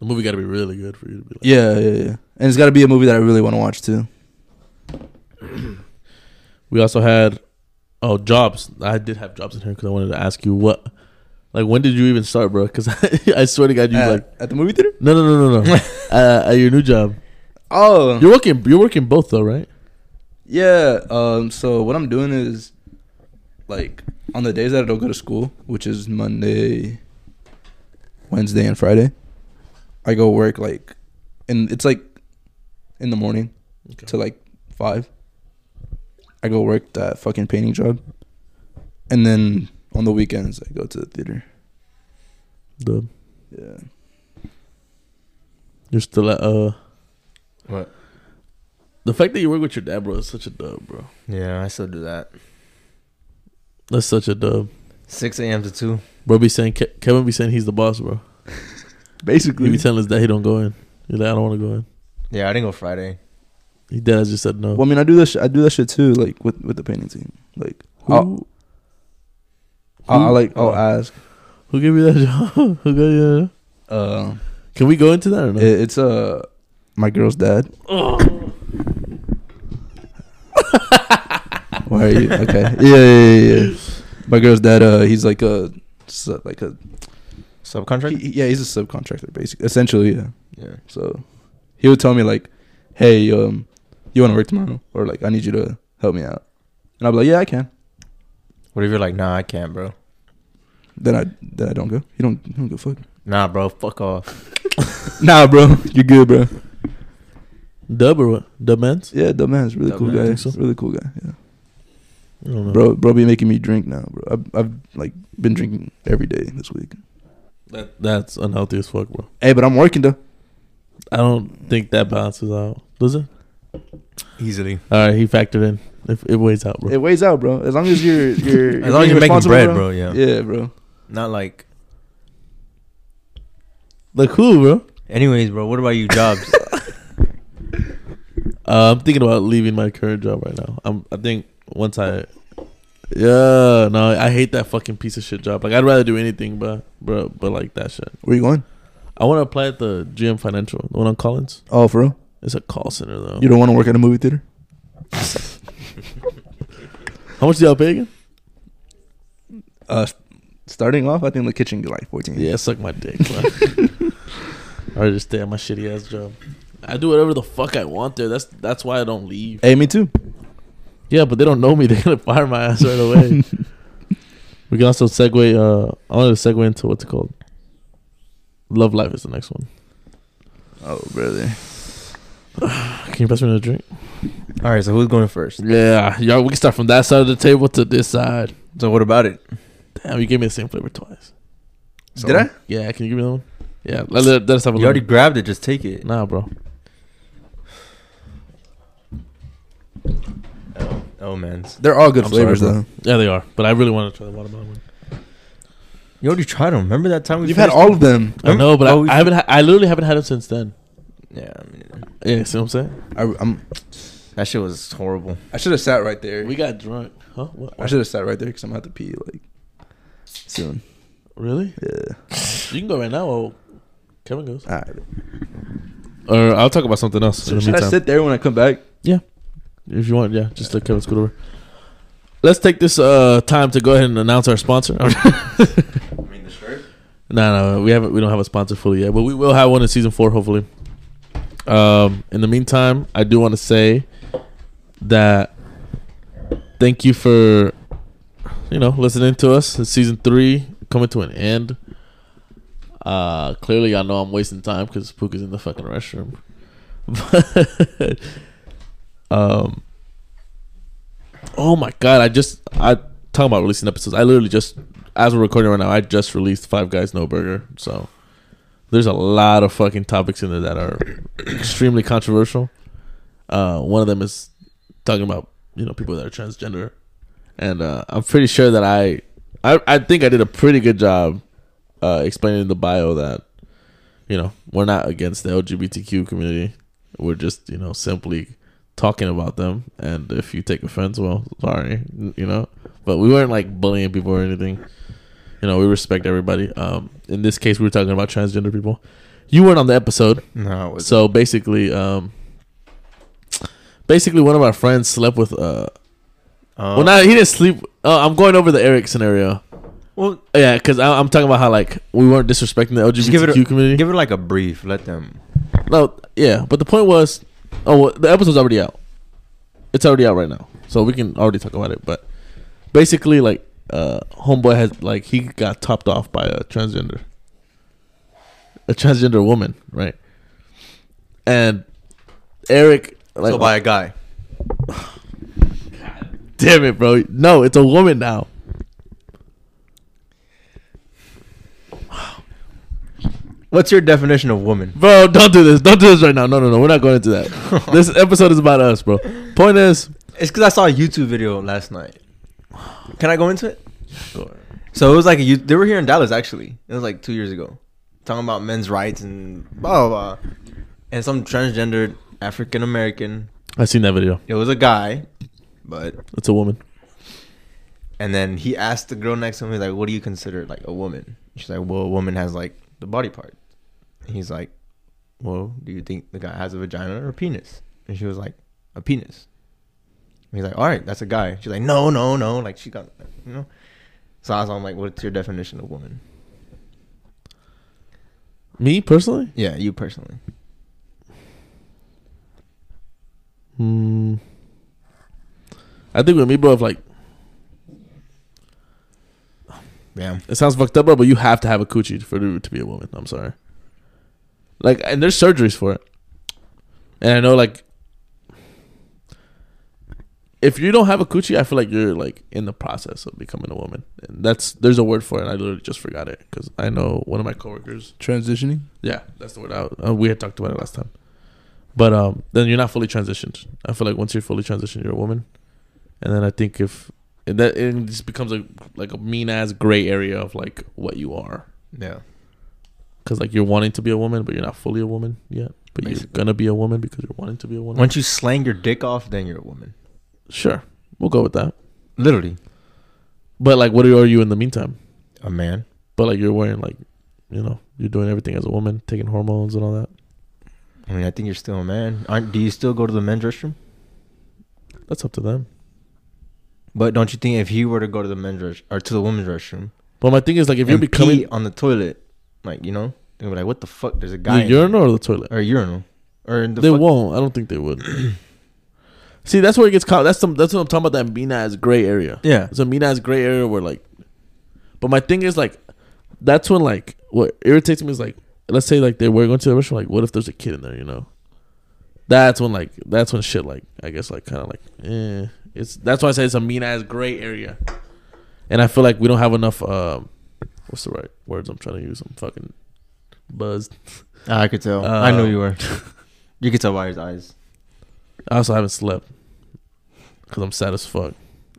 Speaker 3: the movie got to be really good for you to be like.
Speaker 1: Yeah, yeah, yeah. And it's got to be a movie that I really want to watch too.
Speaker 3: We also had oh jobs. I did have jobs in here because I wanted to ask you what like when did you even start, bro? Because I, swear to God, you
Speaker 1: at,
Speaker 3: like
Speaker 1: at the movie theater?
Speaker 3: no no no no no uh, at your new job.
Speaker 1: Oh,
Speaker 3: You're working. You're working both though, right?
Speaker 1: Yeah. Um. So what I'm doing is, like, on the days that I don't go to school, which is Monday, Wednesday, and Friday, I go work like, and it's like, in the morning
Speaker 3: Okay.
Speaker 1: to like five. I go work that fucking painting job, and then on the weekends I go to the theater.
Speaker 3: The
Speaker 1: Yeah.
Speaker 3: you're still at uh
Speaker 2: What?
Speaker 3: the fact that you work with your dad, bro, is such a dub, bro.
Speaker 2: Yeah, I still do that.
Speaker 3: That's such a dub.
Speaker 2: 6 a.m. to 2.
Speaker 3: Bro, be saying Ke- Kevin be saying he's the boss, bro. He
Speaker 1: Basically.
Speaker 3: be telling us that he don't go in. You're like, I don't want to go in.
Speaker 2: Yeah, I didn't go Friday.
Speaker 3: He dad just said no.
Speaker 1: uh, well, I mean, I do this. I do that shit too, like with with the painting team. Like,
Speaker 3: Who? Oh.
Speaker 1: I'll- I'll, I'll like I'll ask.
Speaker 3: Who gave you that job? Who got you? that-
Speaker 1: Uh,
Speaker 3: Can we go into that or
Speaker 1: it,
Speaker 3: not?
Speaker 1: it's uh my girl's dad. Why are you okay? Yeah, yeah, yeah, yeah. My girl's dad. Uh, he's like a su- like a he-
Speaker 2: Subcontract?
Speaker 1: he- yeah. He's a subcontractor, basically. Essentially, yeah.
Speaker 2: Yeah.
Speaker 1: So he would tell me like, "Hey, um, you want to work tomorrow?" Or like, "I need you to help me out," and I'd be like, "Yeah, I can."
Speaker 2: What if you're like, nah, I can't, bro.
Speaker 1: Then I then I don't go. You don't you don't go fuck.
Speaker 2: Nah, bro, fuck off.
Speaker 1: Nah, bro, you're good, bro.
Speaker 3: Dub or what? Dub Mans?
Speaker 1: Yeah, dumb man's really
Speaker 2: Dumb
Speaker 1: cool
Speaker 2: man, I
Speaker 1: guy.
Speaker 3: think so.
Speaker 1: Really cool guy. Yeah,
Speaker 3: I don't know.
Speaker 1: bro, bro, be making me drink now, bro. I've, I've like been drinking every day this week.
Speaker 3: That, that's unhealthy as fuck, bro.
Speaker 1: Hey, but I'm working though.
Speaker 3: I don't think that balances out. Does it?
Speaker 2: Easily.
Speaker 3: All right, he factored in. If it weighs out, bro.
Speaker 1: It weighs out, bro. As long as you're you're
Speaker 2: As long
Speaker 1: being
Speaker 2: as you're making
Speaker 1: responsible,
Speaker 2: bread, bro, yeah.
Speaker 1: Yeah, bro.
Speaker 2: Not like.
Speaker 3: Like who, bro?
Speaker 2: Anyways, bro, what about you jobs?
Speaker 3: Uh, I'm thinking about leaving my current job right now. I'm. I think once I. Yeah, no, I hate that fucking piece of shit job. Like I'd rather do anything, but bro, but like that shit.
Speaker 1: Where you going? I
Speaker 3: I want to apply at the GM Financial, the one on Collins.
Speaker 1: Oh, for real?
Speaker 3: It's a call center though.
Speaker 1: You don't want to work at a movie theater?
Speaker 3: How much do y'all pay again?
Speaker 1: Uh, s- starting off, I think the kitchen get like 14.
Speaker 3: Yeah, suck my dick. I just stay at my shitty ass job. I do whatever the fuck I want there. That's that's why I don't leave.
Speaker 1: Hey, me too.
Speaker 3: Yeah, but they don't know me. They're gonna fire my ass right away. we can also segue. Uh, I wanted to segue into what's it called. Love life is the next one.
Speaker 1: Oh, brother.
Speaker 3: Can you pass me another drink?
Speaker 2: All right, so who's going first?
Speaker 3: Yeah, y'all. We can start from that side of the table to this side.
Speaker 2: So what about it?
Speaker 3: Damn, you gave me the same flavor twice.
Speaker 2: So-
Speaker 1: Did I?
Speaker 3: Yeah, can you give me that one? Yeah, let, let, let us have a
Speaker 2: You
Speaker 3: look.
Speaker 2: already grabbed it. Just take it.
Speaker 3: Nah, bro.
Speaker 2: Oh man,
Speaker 1: They're all good
Speaker 3: I'm
Speaker 1: flavors,
Speaker 3: sorry,
Speaker 1: though.
Speaker 3: Yeah, they are. But I really want to try the watermelon one.
Speaker 2: you already tried them. Remember that time we?
Speaker 1: You've had
Speaker 2: finished
Speaker 1: all of them.
Speaker 3: I know, but
Speaker 2: Oh, we-
Speaker 3: I, I haven't. Ha- I literally haven't had them since then.
Speaker 2: Yeah, I mean,
Speaker 3: Yeah, see what I'm saying?
Speaker 1: I, I'm,
Speaker 2: that shit was horrible.
Speaker 1: I should have sat right there.
Speaker 3: We got drunk, huh? What?
Speaker 1: I should have sat right there because I'm going to have to pee, like, soon.
Speaker 3: Really?
Speaker 1: Yeah.
Speaker 3: You can go right now. Or Kevin goes.
Speaker 1: All right.
Speaker 3: Or I'll talk about something else. in
Speaker 1: So
Speaker 3: the
Speaker 1: should I
Speaker 3: meantime.
Speaker 1: sit there when I come back?
Speaker 3: If you want, yeah, just let Kevin scoot over. Let's take this uh, time to go ahead and announce our sponsor. no,
Speaker 2: I mean, the shirt.
Speaker 3: no, we haven't. We don't have a sponsor fully yet, but we will have one in season four, hopefully. Um, in the meantime, I do want to say that thank you for you know listening to us. It's season three coming to an end. Uh, clearly, I know I'm wasting time because Puka's in the fucking restroom. But um, oh my god, I just I talking about releasing episodes. I literally just as we're recording right now, I just released Five Guys No Burger. So there's a lot of fucking topics in there that are extremely controversial. Uh, one of them is talking about you know people that are transgender, and uh, I'm pretty sure that I, I I think I did a pretty good job uh, explaining the bio that you know we're not against the LGBTQ community. We're just you know simply talking about them, and if you take offense, well, sorry, you know. But we weren't like bullying people or anything. You know, we respect everybody. Um, in this case, we were talking about transgender people. You weren't on the episode.
Speaker 2: No, it was
Speaker 3: So basically, um, basically, one of our friends slept with. Uh,
Speaker 2: Uh,
Speaker 3: well, not he didn't sleep. Uh, I'm going over the Eric scenario.
Speaker 2: well,
Speaker 3: Yeah, because I'm talking about how like we weren't disrespecting the LGBTQ
Speaker 2: just give it a,
Speaker 3: community.
Speaker 2: Give it like a brief. Let them.
Speaker 3: no, yeah, but the point was, oh, well, the episode's already out. It's already out right now, so we can already talk about it. But basically, like, uh, homeboy has like he got topped off by a transgender, a transgender woman, right? And Eric, like,
Speaker 2: so by a guy.
Speaker 3: Damn it, bro. No, it's a woman now.
Speaker 2: What's your definition of woman?
Speaker 3: Bro, don't do this. Don't do this right now. No, no, no. We're not going into that. this episode is about us, bro. Point is,
Speaker 2: It's because I saw a YouTube video last night. Can I go into it? So it was like a, you- they were here in Dallas actually. It was like two years ago, talking about men's rights and blah blah, blah. and some transgendered African American.
Speaker 3: I seen that video.
Speaker 2: It was a guy, but
Speaker 3: It's a woman.
Speaker 2: And then he asked the girl next to him, he's like, "What do you consider like a woman?" She's like, "Well, a woman has like the body part." And he's like, "Well, do you think the guy has a vagina or a penis?" And she was like, "A penis." And he's like, "All right, that's a guy." She's like, "No, no, no!" Like she got, you know. So I was I'm like, "What's your definition of woman?"
Speaker 3: Me personally,
Speaker 2: Yeah, you personally.
Speaker 3: Hmm. I think with me, bro, if like
Speaker 2: Yeah.
Speaker 3: it sounds fucked up, bro, but you have to have a coochie for it to be a woman. I'm sorry. Like, and there's surgeries for it, and I know like if you don't have a coochie, I feel like you're like in the process of becoming a woman. And that's there's a word for it. And I literally just forgot it because I know one of my coworkers
Speaker 1: Transitioning.
Speaker 3: Yeah, that's the word. I, uh, we had talked about it last time. But um, then you're not fully transitioned. I feel like once you're fully transitioned, you're a woman. And then I think if and that it just becomes a like a mean ass gray area of like what you are,
Speaker 2: Yeah.
Speaker 3: because like you're wanting to be a woman, but you're not fully a woman yet. But you're
Speaker 2: Basically.
Speaker 3: gonna be a woman because you're wanting to be a woman.
Speaker 2: Once you slang your dick off, then you're a woman.
Speaker 3: sure, we'll go with that.
Speaker 2: Literally,
Speaker 3: But like, what are you in the meantime?
Speaker 2: a man.
Speaker 3: But like, you're wearing like, you know, you're doing everything as a woman, taking hormones and all that.
Speaker 2: I mean, I think you're still a man. Aren't, do you still go to the men's restroom?
Speaker 3: That's up to them.
Speaker 2: But don't you think if he were to go to the men's rest- or to the women's restroom,
Speaker 3: But my thing is like, if
Speaker 2: if
Speaker 3: you're
Speaker 2: you're
Speaker 3: becoming
Speaker 2: pee on the toilet, like you know, they would be like, "What the fuck?" There's a guy.
Speaker 3: the
Speaker 2: in
Speaker 3: urinal or the toilet.
Speaker 2: here." or urinal, or in the
Speaker 3: they
Speaker 2: fuck-
Speaker 3: won't. I don't think they would. See, that's where it gets caught. That's some. That's what I'm talking about. That mean ass gray area.
Speaker 2: Yeah,
Speaker 3: It's a mean ass gray area where like, but my thing is like, that's when like what irritates me is like, let's say like they were going to the restroom. Like, what if there's a kid in there? You know, that's when like that's when shit like I guess like kind of like eh. It's that's why I say it's a mean ass gray area, and I feel like we don't have enough. Um, what's the right words I'm trying to use? I'm fucking buzzed.
Speaker 2: I could tell. I know
Speaker 3: Um,
Speaker 2: you were. you could tell by his eyes.
Speaker 3: I also haven't slept because I'm sad as fuck.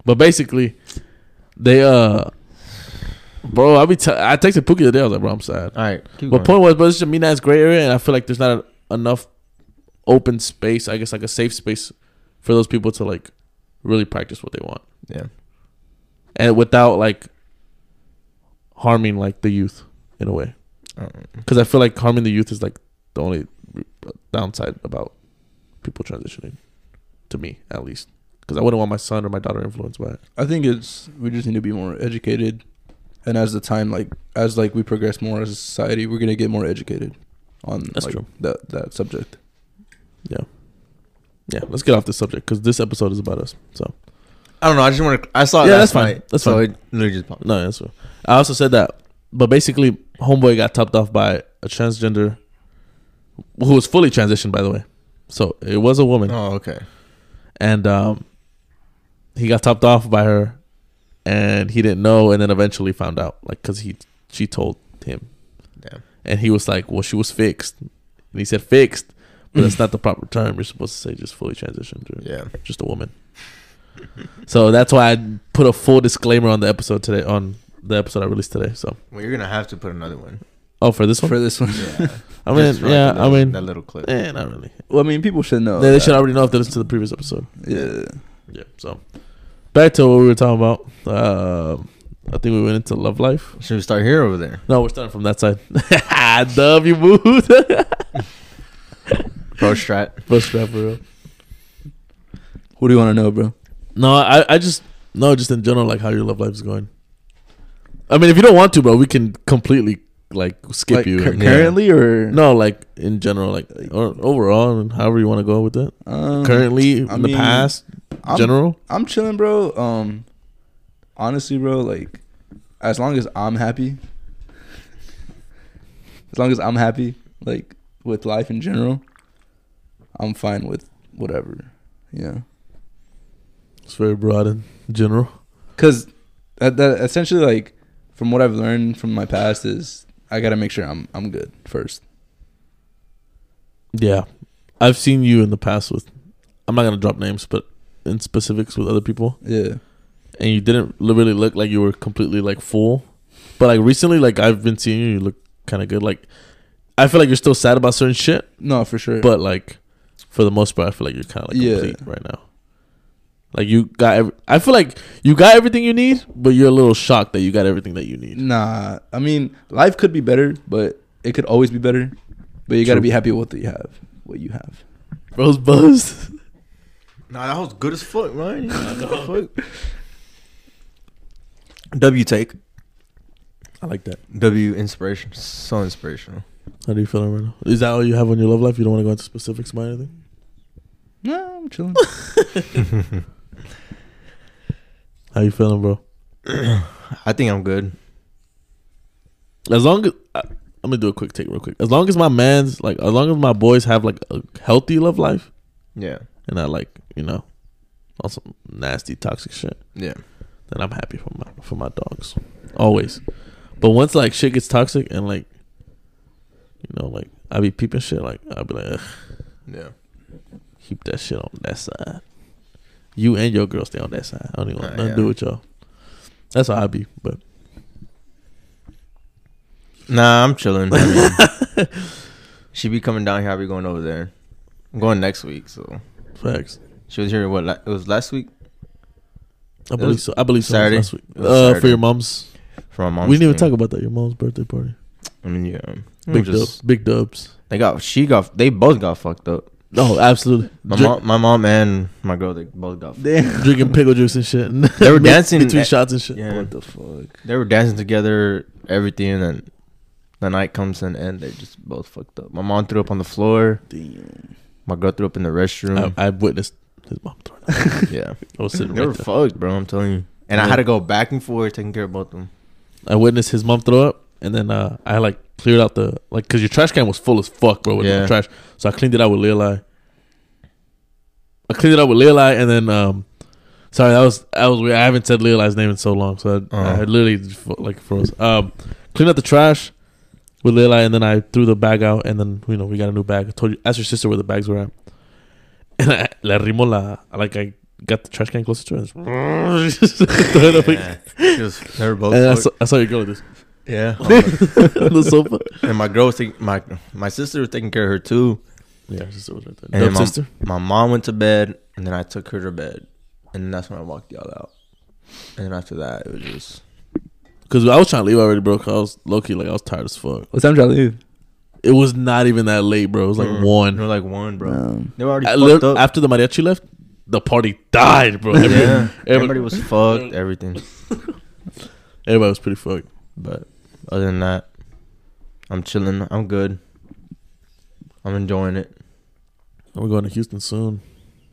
Speaker 3: But basically, they uh, bro, I be t- I texted Pookie today. I was like, bro, I'm sad.
Speaker 2: All right, keep
Speaker 3: But
Speaker 2: going.
Speaker 3: point was, bro, it's just a mean ass gray area, and I feel like there's not a, enough open space. I guess like a safe space for those people to like really practice what they want,
Speaker 2: yeah,
Speaker 3: and without like harming like the youth in a way.
Speaker 2: Um,
Speaker 3: Because I feel like harming the youth is like the only downside about people transitioning, to me at least. Because I wouldn't want my son or my daughter influenced by it.
Speaker 1: I think it's we just need to be more educated, and as the time like as like we progress more as a society, we're gonna get more educated on
Speaker 3: That's
Speaker 1: like,
Speaker 3: true.
Speaker 1: that that subject.
Speaker 3: Yeah, let's get off this subject because this episode is about us. So
Speaker 2: I don't know. I just want to. I saw. It
Speaker 3: Yeah,
Speaker 2: last
Speaker 3: that's fine.
Speaker 2: Night,
Speaker 3: That's
Speaker 2: so
Speaker 3: fine.
Speaker 2: it literally just popped.
Speaker 3: no, that's true. I also said that, but basically, homeboy got topped off by a transgender who was fully transitioned, by the way. So it was a woman.
Speaker 2: Oh, okay.
Speaker 3: and um, he got topped off by her, and he didn't know, and then eventually found out, like, cause he she told him,
Speaker 2: Damn.
Speaker 3: and he was like, well, she was fixed, and he said fixed, but that's not the proper term. You're supposed to say just fully transitioned, or
Speaker 2: Yeah.
Speaker 3: just a woman. so that's why I put a full disclaimer on the episode today, on the episode I released today. So,
Speaker 2: Well, you're gonna have to put another one.
Speaker 3: oh, for this one,
Speaker 1: For this one,
Speaker 2: Yeah.
Speaker 3: I mean,
Speaker 2: Just for, like,
Speaker 3: yeah,
Speaker 2: the
Speaker 3: I
Speaker 2: little-
Speaker 3: mean,
Speaker 2: that little clip.
Speaker 3: eh, not really.
Speaker 1: well, I mean, people should know.
Speaker 3: they, they
Speaker 1: that.
Speaker 3: should already know if they listen to the previous episode.
Speaker 1: Yeah.
Speaker 3: Yeah. So back to what we were talking about. Um, I think we went into love life.
Speaker 2: Should we start here or over there?
Speaker 3: No, we're starting from that side. Dub, you moved.
Speaker 2: Pro strat.
Speaker 3: Bus strap, for real.
Speaker 1: What do you want to know, bro?
Speaker 3: No, I, I just no, just in general, like how your love life is going. I mean, if you don't want to, bro, we can completely like skip
Speaker 1: like,
Speaker 3: you.
Speaker 1: cur-
Speaker 3: and-
Speaker 2: yeah.
Speaker 1: currently or
Speaker 3: No, like in general, like or overall, and however you want to go with it.
Speaker 1: Um,
Speaker 3: Currently,
Speaker 1: I
Speaker 3: in the
Speaker 1: mean,
Speaker 3: past,
Speaker 1: I'm,
Speaker 3: general.
Speaker 1: I'm chilling, bro. Um, honestly, bro, like as long as I'm happy, as long as I'm happy, like with life in general, I'm fine with whatever. Yeah,
Speaker 3: It's very broad and general.
Speaker 1: because that, that essentially, like from what I've learned from my past, is I gotta make sure I'm I'm good first.
Speaker 3: Yeah. I've seen you in the past with I'm not gonna drop names, but in specifics with other people.
Speaker 1: Yeah,
Speaker 3: And you didn't li- really look like you were completely like full. But like recently, like I've been seeing you, you look kinda good. Like I feel like you're still sad about certain shit,
Speaker 1: no, for sure.
Speaker 3: but like for the most part I feel like you're kinda like
Speaker 1: Yeah.
Speaker 3: complete right now. Like you got, every, I feel like you got everything you need, but you're a little shocked that you got everything that you
Speaker 1: Mm.
Speaker 3: need.
Speaker 1: Nah, I mean, life could be better, but it could always be better. But you got to
Speaker 3: True.
Speaker 1: be happy with what you have. What you have.
Speaker 3: Bro's buzzed.
Speaker 2: Nah, that was good as fuck, man. Fuck. W take.
Speaker 3: I like that.
Speaker 2: W inspiration. So inspirational.
Speaker 3: How do you feel right now? Is that all you have on your love life? You don't want to go into specifics about anything.
Speaker 1: Nah, I'm chilling.
Speaker 3: How you feeling, bro?
Speaker 2: I think I'm good.
Speaker 3: As long as I, I'm gonna do a quick take, real quick. As long as my man's like, as long as my boys have like a healthy love life,
Speaker 2: Yeah.
Speaker 3: and I like, you know, on some nasty toxic shit,
Speaker 2: Yeah.
Speaker 3: then I'm happy for my for my dogs always. But once like shit gets toxic and like, you know, like I be peeping shit, like I be like, Ugh,
Speaker 2: Yeah.
Speaker 3: keep that shit on that side. You and your girl stay on that side. I don't even want
Speaker 2: Uh,
Speaker 3: nothing
Speaker 2: yeah.
Speaker 3: to do with y'all. That's how I be. But
Speaker 2: Nah, I'm chilling. I mean, she be coming down here. I be going over there. I'm going next week, so
Speaker 3: facts.
Speaker 2: she was here. What la- it was last week
Speaker 3: I
Speaker 2: It
Speaker 3: believe
Speaker 2: was
Speaker 3: so. I believe so.
Speaker 2: Saturday.
Speaker 3: Last week.
Speaker 2: It was
Speaker 3: Uh, for
Speaker 2: Saturday.
Speaker 3: your mom's.
Speaker 2: for my mom.
Speaker 3: we didn't even talk about that. Your mom's birthday party.
Speaker 2: I mean, yeah. um,
Speaker 3: Big
Speaker 2: just-
Speaker 3: dubs. Big dubs.
Speaker 2: They got. She got. They both got fucked up.
Speaker 3: No, absolutely.
Speaker 2: My
Speaker 3: Dri-
Speaker 2: mom, my mom, and my girl. They both got. Fucked.
Speaker 1: Damn.
Speaker 3: drinking pickle juice and shit.
Speaker 2: They were dancing
Speaker 3: between
Speaker 2: at-
Speaker 3: shots and shit.
Speaker 2: Yeah.
Speaker 1: What the fuck?
Speaker 2: They were dancing together, everything, and then the night comes to an end. They just both fucked up. My mom threw up on the floor.
Speaker 1: Damn.
Speaker 2: My girl threw up in the restroom.
Speaker 3: I, I witnessed his mom throwing up.
Speaker 2: yeah,
Speaker 3: I was
Speaker 2: they
Speaker 3: sitting
Speaker 2: were
Speaker 3: Oh. right there.
Speaker 2: fucked, bro. I'm telling you. And I
Speaker 3: Yeah.
Speaker 2: had to go back and forth taking care of both of them.
Speaker 3: I witnessed his mom throw up, and then uh, I like cleared out the like because your trash can was full as fuck, bro, with
Speaker 2: Yeah.
Speaker 3: the trash. So I cleaned it out with Lil Eye. I cleaned it out with Lil Eye, and then um, sorry, that was that was weird. I haven't said Lil Eye's name in so long, so I,
Speaker 2: Uh-huh.
Speaker 3: I literally just fo- like froze. Um, cleaned out the trash with Lil Eye, and then I threw the bag out, and then you know we got a new bag. I told you, asked your sister where the bags were at, and I la rimo la like I got the trash can closer to her. And just throw it up again.
Speaker 2: Yeah. She was- they were both
Speaker 3: And I
Speaker 2: fucked.
Speaker 3: saw, I saw your girl like this
Speaker 2: yeah.
Speaker 3: Oh, on the sofa.
Speaker 2: and my girl was taking my my sister was taking care of her too.
Speaker 3: Yeah, her sister was right
Speaker 2: And
Speaker 3: there. Dope
Speaker 2: my,
Speaker 3: sister.
Speaker 2: my mom went to bed, and then I took her to bed, and that's when I walked y'all out. And then after that, it was just
Speaker 3: Because I was trying to leave already, bro. Cause I was low key, like I was tired as fuck.
Speaker 1: What time did y'all leave?
Speaker 3: It was not even that late, bro. It was like
Speaker 2: Mm.
Speaker 3: one.
Speaker 2: They were like one, bro.
Speaker 1: Um,
Speaker 2: They were already
Speaker 3: I
Speaker 2: fucked
Speaker 3: lit-
Speaker 2: up.
Speaker 3: after the mariachi left, the party died, bro. Everybody,
Speaker 2: yeah, everybody
Speaker 3: everybody,
Speaker 2: was fucked. Everything,
Speaker 3: everybody was pretty fucked.
Speaker 2: but other than that, I'm chilling. I'm good. I'm enjoying it.
Speaker 3: And We're going to Houston soon.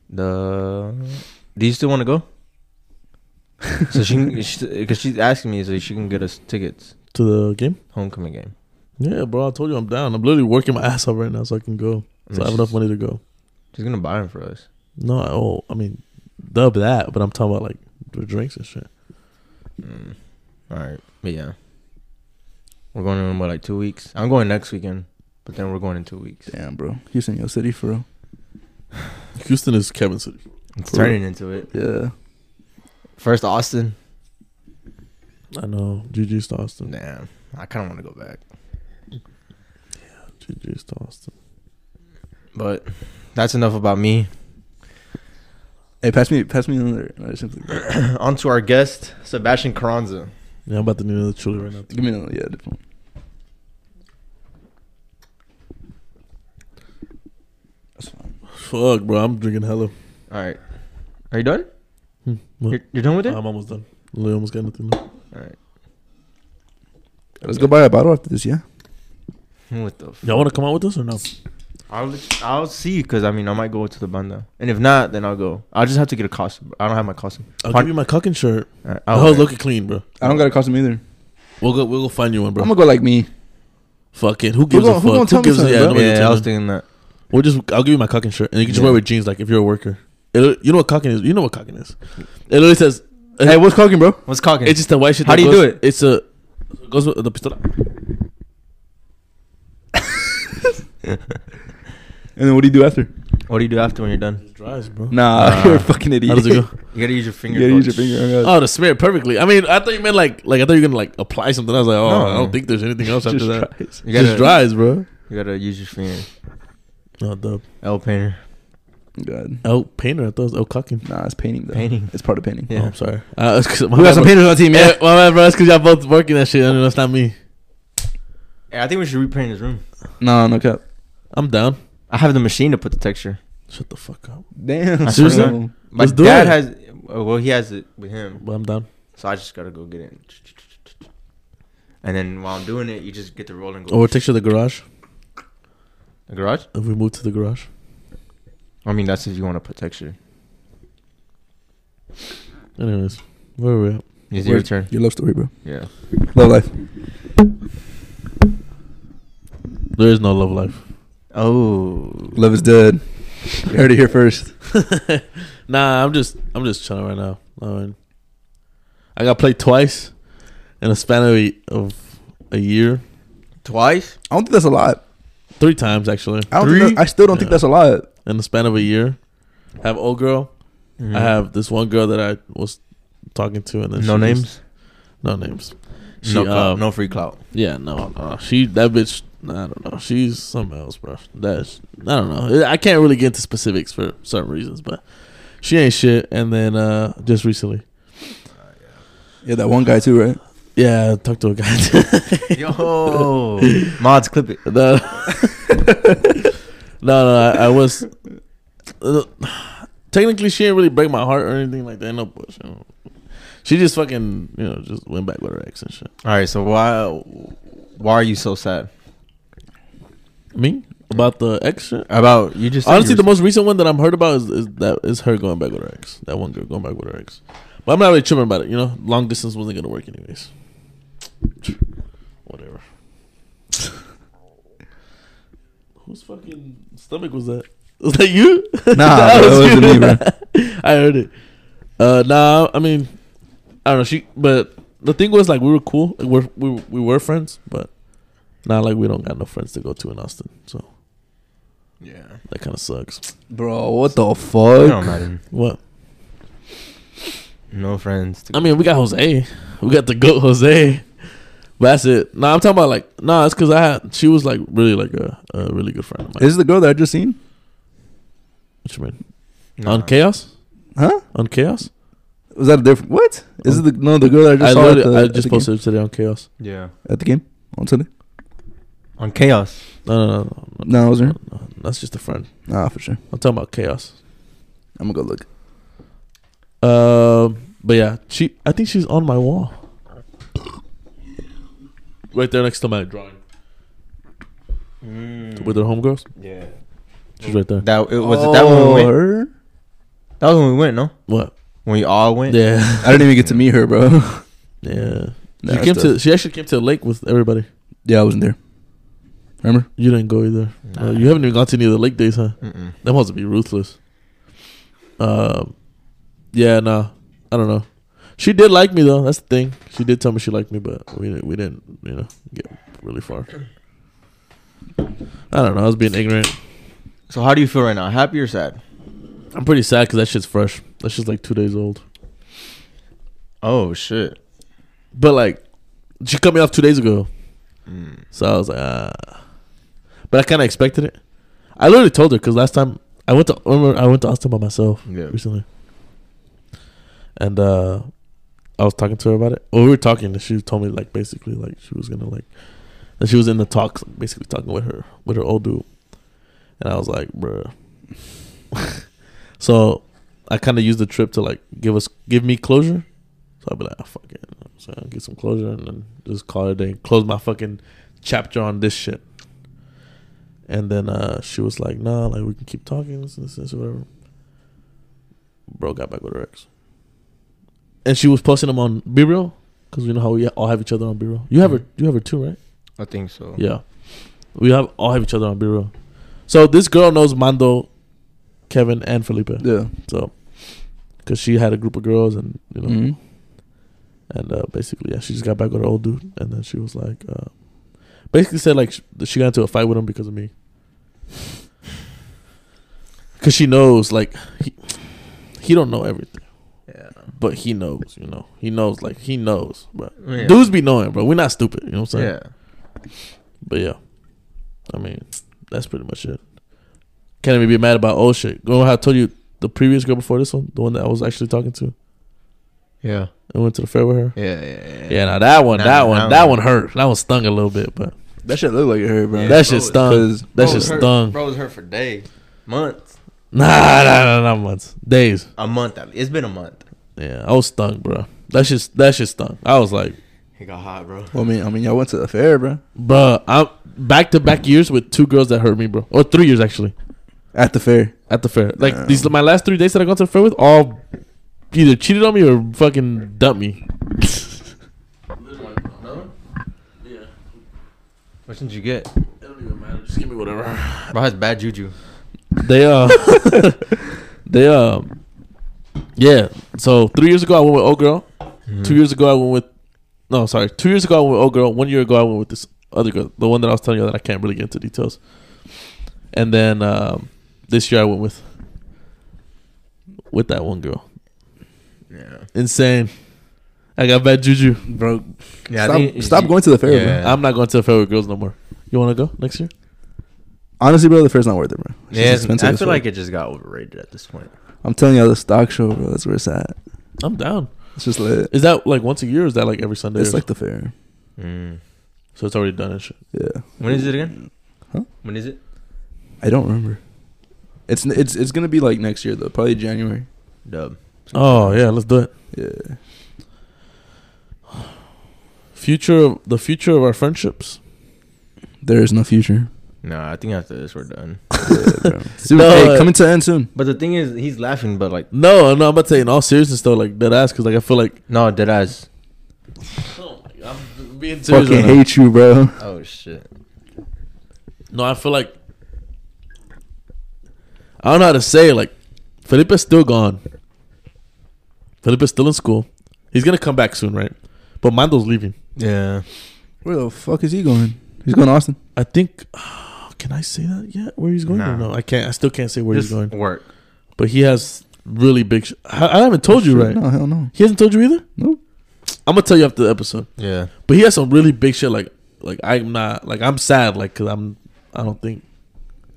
Speaker 2: The do you still want to go? so she because she's asking me so she can get us tickets
Speaker 3: To the game?
Speaker 2: homecoming game.
Speaker 3: Yeah, bro. I told you I'm down. I'm literally working my ass off right now so I can go.
Speaker 2: I
Speaker 3: So
Speaker 2: mean,
Speaker 3: I have enough money to go.
Speaker 2: She's gonna buy them for us.
Speaker 3: No, I, oh, I mean, dub that, but I'm talking about like the drinks and shit.
Speaker 2: Mm. All right, but yeah, we're going in what like two weeks. I'm going next weekend, but then we're going in two weeks.
Speaker 1: damn, bro. Houston, your city for real.
Speaker 3: Houston is Kevin City.
Speaker 2: It's
Speaker 3: For real.
Speaker 2: turning into it.
Speaker 1: Yeah.
Speaker 2: First Austin.
Speaker 3: I know. GG's to Austin.
Speaker 2: Damn, I kind of want to go back,
Speaker 3: GG's to Austin.
Speaker 2: but that's enough about me.
Speaker 1: Hey, pass me, pass me another, another simply.
Speaker 2: On to our guest, Sebastian Carranza.
Speaker 3: Yeah, I'm about to need another chili right now.
Speaker 1: Give me another, yeah, different. one. That's fine.
Speaker 3: Fuck, bro. I'm drinking hella.
Speaker 2: All right, are you done?
Speaker 3: Hmm, what?
Speaker 2: You're, you're done with it?
Speaker 3: I'm almost done. Literally almost got nothing left.
Speaker 2: All right.
Speaker 1: Let's go buy a bottle after this, yeah.
Speaker 2: What the?
Speaker 3: Y'all want to come out with us or no?
Speaker 2: I'll let- I'll see because I mean I might go to the banda, and if not, then I'll go. I'll just have to get a costume. bro. I don't have my costume.
Speaker 3: I'll
Speaker 2: Pardon?
Speaker 3: give you my cocking shirt.
Speaker 2: All right,
Speaker 3: Oh,
Speaker 2: I'll
Speaker 3: was looking clean, bro.
Speaker 1: I don't got a costume either.
Speaker 3: We'll go. We'll go find you one, bro.
Speaker 1: I'm gonna go like me.
Speaker 3: fuck it. Who gives
Speaker 1: gonna-
Speaker 3: a
Speaker 1: who gonna
Speaker 3: fuck? Who,
Speaker 1: tell me
Speaker 3: gives a
Speaker 1: something,
Speaker 3: yeah?
Speaker 1: bro?
Speaker 3: nobody
Speaker 2: yeah, I
Speaker 3: tell
Speaker 2: was
Speaker 3: me.
Speaker 2: thinking that.
Speaker 3: We'll just. I'll give you my cocking shirt, and you can just
Speaker 2: Yeah.
Speaker 3: wear it with jeans, like if you're a worker. It, you know what cocking is. You know what cocking is. It literally says.
Speaker 1: Hey, what's cooking, bro?
Speaker 2: What's cocking?
Speaker 3: It's just a white shit.
Speaker 2: How
Speaker 3: that
Speaker 2: do you
Speaker 3: goes-
Speaker 2: do it?
Speaker 3: It's a. it Goes with the pistola.
Speaker 1: And then what do you do after?
Speaker 2: what do you do after when you're done?
Speaker 3: It dries, bro.
Speaker 1: Nah,
Speaker 2: Nah.
Speaker 1: you're a fucking idiot.
Speaker 3: How does it go?
Speaker 2: You gotta use your
Speaker 1: you
Speaker 2: finger.
Speaker 1: gotta use your
Speaker 2: coach.
Speaker 1: finger. Oh, God.
Speaker 3: Oh, the smear perfectly. I mean, I thought you meant like, like I thought you were gonna like apply something. I was like, oh,
Speaker 2: No.
Speaker 3: I don't think there's anything else after
Speaker 1: Just
Speaker 3: that.
Speaker 1: tries.
Speaker 2: You gotta,
Speaker 3: just dries, bro.
Speaker 2: You gotta use your finger.
Speaker 3: Oh, dope.
Speaker 2: L painter.
Speaker 1: God.
Speaker 3: El Oh, Painter. I thought it was El Cocking.
Speaker 1: Nah, it's painting though.
Speaker 2: Painting.
Speaker 1: It's part of painting.
Speaker 2: Yeah.
Speaker 3: Oh, I'm sorry. Uh, it's 'cause my
Speaker 1: We got
Speaker 3: bad,
Speaker 1: some
Speaker 3: bro.
Speaker 1: painters on the team, yeah.
Speaker 3: Yeah, my bad, bro. That's because y'all both working that shit. I know that's not me.
Speaker 2: Yeah, I think we should repaint his room.
Speaker 1: No, no cap.
Speaker 3: I'm down.
Speaker 2: I have the machine to put the texture.
Speaker 3: Shut the fuck up.
Speaker 1: Damn.
Speaker 2: I swear to
Speaker 1: son.
Speaker 2: My
Speaker 3: Let's do
Speaker 2: dad
Speaker 3: it.
Speaker 2: has. oh, Well, he has it with him,
Speaker 3: But I'm down.
Speaker 2: so I just gotta go get it. And then while I'm doing Oh, it, you just get the roll and go.
Speaker 3: Or Oh, texture the garage.
Speaker 2: the garage.
Speaker 3: If we move to the garage.
Speaker 2: I mean, that's if you want to put texture.
Speaker 3: Anyways, where are we at?
Speaker 2: It's
Speaker 1: Where-
Speaker 2: your turn.
Speaker 1: Your love story, bro.
Speaker 2: Yeah.
Speaker 1: Love life.
Speaker 3: There is no love life.
Speaker 2: Oh.
Speaker 1: Love is dead. You heard it here first.
Speaker 3: nah, I'm just I'm just chilling right now. I mean, I got played twice in a span of a, of a year,
Speaker 2: Twice.
Speaker 1: I don't think that's a lot.
Speaker 3: three times actually,
Speaker 1: I don't
Speaker 2: Three?
Speaker 1: think that, I still don't think
Speaker 3: Yeah.
Speaker 1: that's a lot.
Speaker 3: in the span of a year. I have old girl.
Speaker 2: Mm-hmm.
Speaker 3: I have this one girl that I was talking to, and then
Speaker 2: no
Speaker 3: she
Speaker 2: names.
Speaker 3: just- no names. She,
Speaker 2: no clout.
Speaker 3: um,
Speaker 2: no free clout.
Speaker 3: Yeah, no, no. She that bitch. I don't know. She's something else, bro. That's I don't know. I can't really get into specifics for certain reasons, but she ain't shit. And then uh just recently,
Speaker 1: Yeah, that one guy too, right?
Speaker 3: yeah, I talked to a guy.
Speaker 2: Yo, mods, clip it.
Speaker 3: no, no, no. I, I was uh, technically she didn't really break my heart or anything like that. No push. You know. She just fucking you know just went back with her ex and shit.
Speaker 2: All right, so why why are you so sad
Speaker 3: Me about the ex shit.
Speaker 2: about you? Just said
Speaker 3: Honestly,
Speaker 2: you
Speaker 3: the
Speaker 2: were-
Speaker 3: most recent one that I'm heard about is, is that is her going back with her ex. That one girl going back with her ex. But I'm not really tripping about it. You know, long distance wasn't gonna work anyways. Whatever. Whose fucking stomach was that? Was that you?
Speaker 1: Nah, bro, it wasn't me, bro.
Speaker 3: I heard it. Uh, nah, I mean, I don't know. She, but the thing was like we were cool. Like, we're, we we were friends, but not like we don't got no friends to go to in Austin. So
Speaker 2: yeah.
Speaker 3: that kind of sucks.
Speaker 1: Bro, what the
Speaker 2: It
Speaker 1: fuck?
Speaker 2: don't matter.
Speaker 3: What?
Speaker 2: No friends. To
Speaker 3: I mean, we got Jose. We got the goat Jose. But that's it. No, I'm talking about like no, nah, it's because I had she was like really like a, a really good friend of mine.
Speaker 1: Is this the girl that I just seen?
Speaker 3: what you mean?
Speaker 2: Nah.
Speaker 3: On chaos?
Speaker 1: Huh?
Speaker 3: On chaos?
Speaker 1: Was that a different? What? Is it the no the girl that I just
Speaker 3: I
Speaker 1: saw? At
Speaker 3: literally
Speaker 1: the,
Speaker 3: I
Speaker 1: at
Speaker 3: just
Speaker 1: the game-
Speaker 3: posted it today on chaos.
Speaker 2: yeah.
Speaker 1: at the game on Sunday.
Speaker 2: On chaos.
Speaker 3: No, no, no, no, no,
Speaker 1: No, it wasn't. her.
Speaker 3: no, That's just a friend.
Speaker 1: Nah, for sure.
Speaker 3: I'm talking about chaos.
Speaker 1: I'm gonna go look.
Speaker 3: Um, but yeah, she. I think she's on my wall. Right there next to my drawing
Speaker 2: Mm.
Speaker 3: with her homegirls.
Speaker 2: Yeah.
Speaker 3: She's right there.
Speaker 2: That it was it that when we went.
Speaker 1: Oh, her?
Speaker 2: That was when we went. No,
Speaker 3: What?
Speaker 2: when we all went.
Speaker 3: Yeah,
Speaker 1: I didn't even get to meet her, bro.
Speaker 3: yeah.
Speaker 1: Nah,
Speaker 3: she came
Speaker 1: that's
Speaker 3: to. She actually came to the lake with everybody.
Speaker 1: Yeah, I wasn't there. Remember?
Speaker 3: You didn't go either.
Speaker 2: Nah.
Speaker 3: Uh, you haven't even gone to any of the lake days, huh?
Speaker 2: Mm-mm.
Speaker 3: That must be ruthless. Um, yeah, nah, I don't know. She did like me though. That's the thing. She did tell me she liked me, but we didn't. We didn't, you know, get really far. I don't know. I was being ignorant.
Speaker 2: So how do you feel right now? Happy or sad?
Speaker 3: I'm pretty sad because that shit's fresh. That shit's like two days old.
Speaker 2: Oh shit.
Speaker 3: But like, she cut me off two days ago,
Speaker 2: Mm.
Speaker 3: so I was like, ah. But I kind of expected it. I literally told her because last time I went to remember I went to Austin by myself.
Speaker 2: Yeah.
Speaker 3: recently. And uh I was talking to her about it. Well, we were talking, and she told me like basically like she was gonna like that she was in the talks, like, basically talking with her with her old dude. And I was like, bruh. so I kind of used the trip to like give us give me closure. So I'll be like, oh, fuck it. So I'll get some closure and then just call it a day. Close my fucking chapter on this shit. And then uh, she was like, nah, like we can keep talking, this, this, this, whatever. Bro got back with her ex. And she was posting them on B Real, because we know how we all have each other on B Real. You have her you have her too, right?
Speaker 2: I think so.
Speaker 3: Yeah. We have all have each other on B Real. So this girl knows Mando, Kevin, and Felipe.
Speaker 1: Yeah.
Speaker 3: So, because she had a group of girls, and you know,
Speaker 1: Mhm.
Speaker 3: and uh, basically, yeah, she just got back with her old dude, and then she was like, uh, basically said like sh- that she got into a fight with him because of me, because she knows like he, he don't know everything,
Speaker 2: Yeah.
Speaker 3: but he knows, you know, he knows like he knows, but
Speaker 2: Yeah.
Speaker 3: dudes be knowing, bro. We're not stupid, you know what I'm saying?
Speaker 2: Yeah.
Speaker 3: But yeah, I mean, that's pretty much it. can't even be mad about oh shit. Go how I told you the previous girl before this one, the one that I was actually talking to.
Speaker 2: Yeah.
Speaker 3: I went to the fair with her.
Speaker 2: Yeah. Yeah.
Speaker 3: Yeah, now that one,
Speaker 2: Nah,
Speaker 3: that one,
Speaker 2: that
Speaker 3: that
Speaker 2: one.
Speaker 3: one hurt. That one stung a little bit, but
Speaker 1: That shit look like it hurt, bro.
Speaker 2: Yeah. Oh,
Speaker 3: that shit
Speaker 2: bro,
Speaker 3: stung.
Speaker 1: 'cause-
Speaker 3: That
Speaker 2: Bro
Speaker 3: shit
Speaker 2: was hurt-
Speaker 3: stung.
Speaker 2: Bro was hurt for days, months,
Speaker 3: Nah, nah, nah, not months, days.
Speaker 2: a month. at- It's been a month.
Speaker 3: Yeah, I was stung, bro. That shit, that shit stung. I was like,
Speaker 2: It got hot, bro.
Speaker 1: Well, I mean, I mean, y'all went to the fair, bro.
Speaker 3: bro, I'm back to back years with two girls that hurt me, bro, or three years actually
Speaker 1: At the fair.
Speaker 3: at the fair. Like
Speaker 1: Damn.
Speaker 3: these, my last three days that I gone to the fair with, all either cheated on me or fucking dumped me.
Speaker 2: What did you get?
Speaker 3: Just give me whatever.
Speaker 2: Bro has bad juju.
Speaker 3: They uh, they um, yeah. So three years ago I went with old girl.
Speaker 2: Mm-hmm.
Speaker 3: Two years ago I went with, no, sorry, two years ago I went with old girl. One year ago I went with this other girl, the one that I was telling you that I can't really get into details. And then um, this year I went with with that one girl.
Speaker 2: Yeah.
Speaker 3: Insane. I got bad juju.
Speaker 1: Bro,
Speaker 2: Yeah. I
Speaker 1: stop,
Speaker 2: think-
Speaker 1: stop going to the fair,
Speaker 2: Yeah.
Speaker 1: bro.
Speaker 3: I'm not going to the fair with girls no more. You want to go next year?
Speaker 1: Honestly, bro, the fair's not worth it, bro. It's just
Speaker 2: Yeah,
Speaker 1: expensive
Speaker 2: I
Speaker 1: as
Speaker 2: feel
Speaker 1: fuck.
Speaker 2: like it just got overrated at this point.
Speaker 1: I'm telling y'all, the stock show, bro. That's where it's at.
Speaker 3: I'm down.
Speaker 1: It's just lit.
Speaker 3: Is that like once a year? or Is that like every Sunday?
Speaker 1: It's
Speaker 3: or
Speaker 1: like the fair.
Speaker 2: Mm.
Speaker 3: so it's already done and shit.
Speaker 1: Yeah.
Speaker 2: When is it again?
Speaker 1: Huh?
Speaker 2: When is it?
Speaker 1: I don't remember. It's it's it's gonna be like next year though, probably January.
Speaker 2: Dub.
Speaker 3: Oh yeah, let's do it.
Speaker 1: Yeah.
Speaker 3: Future of the future of our friendships.
Speaker 1: There is no future.
Speaker 2: No, I think after this we're done.
Speaker 1: Yeah, bro. Soon-
Speaker 3: No,
Speaker 1: hey,
Speaker 3: uh,
Speaker 1: coming to end soon.
Speaker 2: But the thing is, he's laughing, but like,
Speaker 3: No, no, I'm about to say in all seriousness though, like dead ass, because like I feel like
Speaker 2: no, dead eyes.
Speaker 3: Oh I'm being serious.
Speaker 1: Fucking
Speaker 3: Right now.
Speaker 1: hate you, bro.
Speaker 2: Oh shit.
Speaker 3: No, I feel like I don't know how to say it. Like Felipe's still gone. Felipe's still in school. He's gonna come back soon, right? But Mando's leaving.
Speaker 2: Yeah.
Speaker 1: Where the fuck is he going? He's going to Austin.
Speaker 3: I think. can I say that yet? Where he's going?
Speaker 2: Nah.
Speaker 3: or no, I can't. I still can't say where
Speaker 2: Just
Speaker 3: he's going.
Speaker 2: work.
Speaker 3: But he has really big. Sh- I, I haven't told you, right?
Speaker 1: No, hell no.
Speaker 3: He hasn't told you either.
Speaker 1: Nope.
Speaker 3: I'm gonna tell you after the episode.
Speaker 2: Yeah.
Speaker 3: But he has some really big shit. Like, like I'm not. Like I'm sad. Like, cause I'm. I don't think.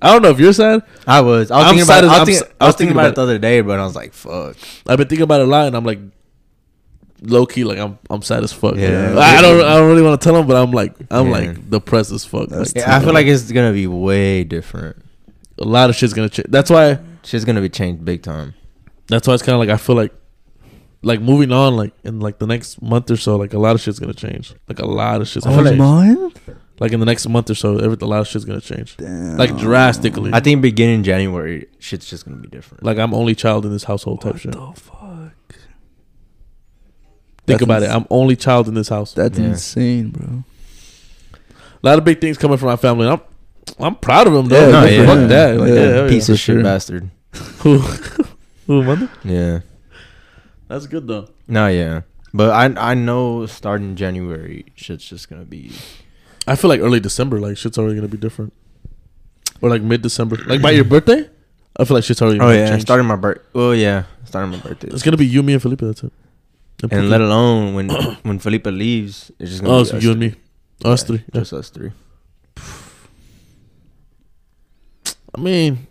Speaker 3: I don't know if you're sad.
Speaker 2: I was. I was
Speaker 3: I'm
Speaker 2: thinking
Speaker 3: sad
Speaker 2: about. It.
Speaker 3: as-
Speaker 2: I was,
Speaker 3: I'm
Speaker 2: thinking,
Speaker 3: s-
Speaker 2: I was thinking about it the other day, but I was like, fuck.
Speaker 3: I've been thinking about it a lot, and I'm like, low key. Like I'm. I'm sad as fuck.
Speaker 2: Yeah.
Speaker 3: Like, I, I don't. I don't really want to tell him, but I'm like. I'm
Speaker 2: Yeah.
Speaker 3: like depressed as fuck.
Speaker 1: That's
Speaker 3: Like,
Speaker 2: Yeah, I feel like it's gonna be way different.
Speaker 3: a lot of shit's gonna change. That's why.
Speaker 2: Shit's gonna be changed big time.
Speaker 3: That's why it's kind of like I feel like. Like moving on, like in like the next month or so, like a lot of shit's gonna change. Like a lot of shit's
Speaker 2: I
Speaker 3: gonna
Speaker 2: feel
Speaker 3: change.
Speaker 2: like-
Speaker 1: Mine?
Speaker 3: like in the next month or so, every, a lot of shit's gonna change.
Speaker 1: Damn.
Speaker 3: Like drastically.
Speaker 2: I think beginning January, shit's just gonna be different.
Speaker 3: like I'm only child in this household type shit.
Speaker 1: the fuck?
Speaker 3: Think about it.
Speaker 1: ins-
Speaker 3: I'm only child in this house.
Speaker 1: That's
Speaker 2: Yeah.
Speaker 1: insane, bro.
Speaker 3: a lot of big things coming from my family. And I'm I'm proud of them though.
Speaker 1: Yeah,
Speaker 2: no,
Speaker 3: Like,
Speaker 2: yeah.
Speaker 3: Fuck that. Like,
Speaker 1: Yeah.
Speaker 3: yeah, hell
Speaker 2: Piece
Speaker 1: for
Speaker 2: of shit
Speaker 1: sure.
Speaker 2: bastard.
Speaker 3: yeah. Who who mother?
Speaker 2: Yeah.
Speaker 3: That's good though.
Speaker 2: No, yeah. But I I know starting January, shit's just gonna be.
Speaker 3: I feel like early December, like shit's already gonna be different. Or like mid December. Like by your birthday? I feel like shit's already
Speaker 2: Oh
Speaker 3: gonna
Speaker 2: yeah,
Speaker 3: change.
Speaker 2: starting my birth. Oh yeah, starting my birthday.
Speaker 3: It's gonna be you, me and Felipe, that's it.
Speaker 2: And let alone when when Felipe leaves, it's just gonna
Speaker 3: Oh,
Speaker 2: be
Speaker 3: so
Speaker 2: us
Speaker 3: you and me. Us
Speaker 2: Yeah,
Speaker 3: three. yeah.
Speaker 2: Just us three.
Speaker 3: I mean,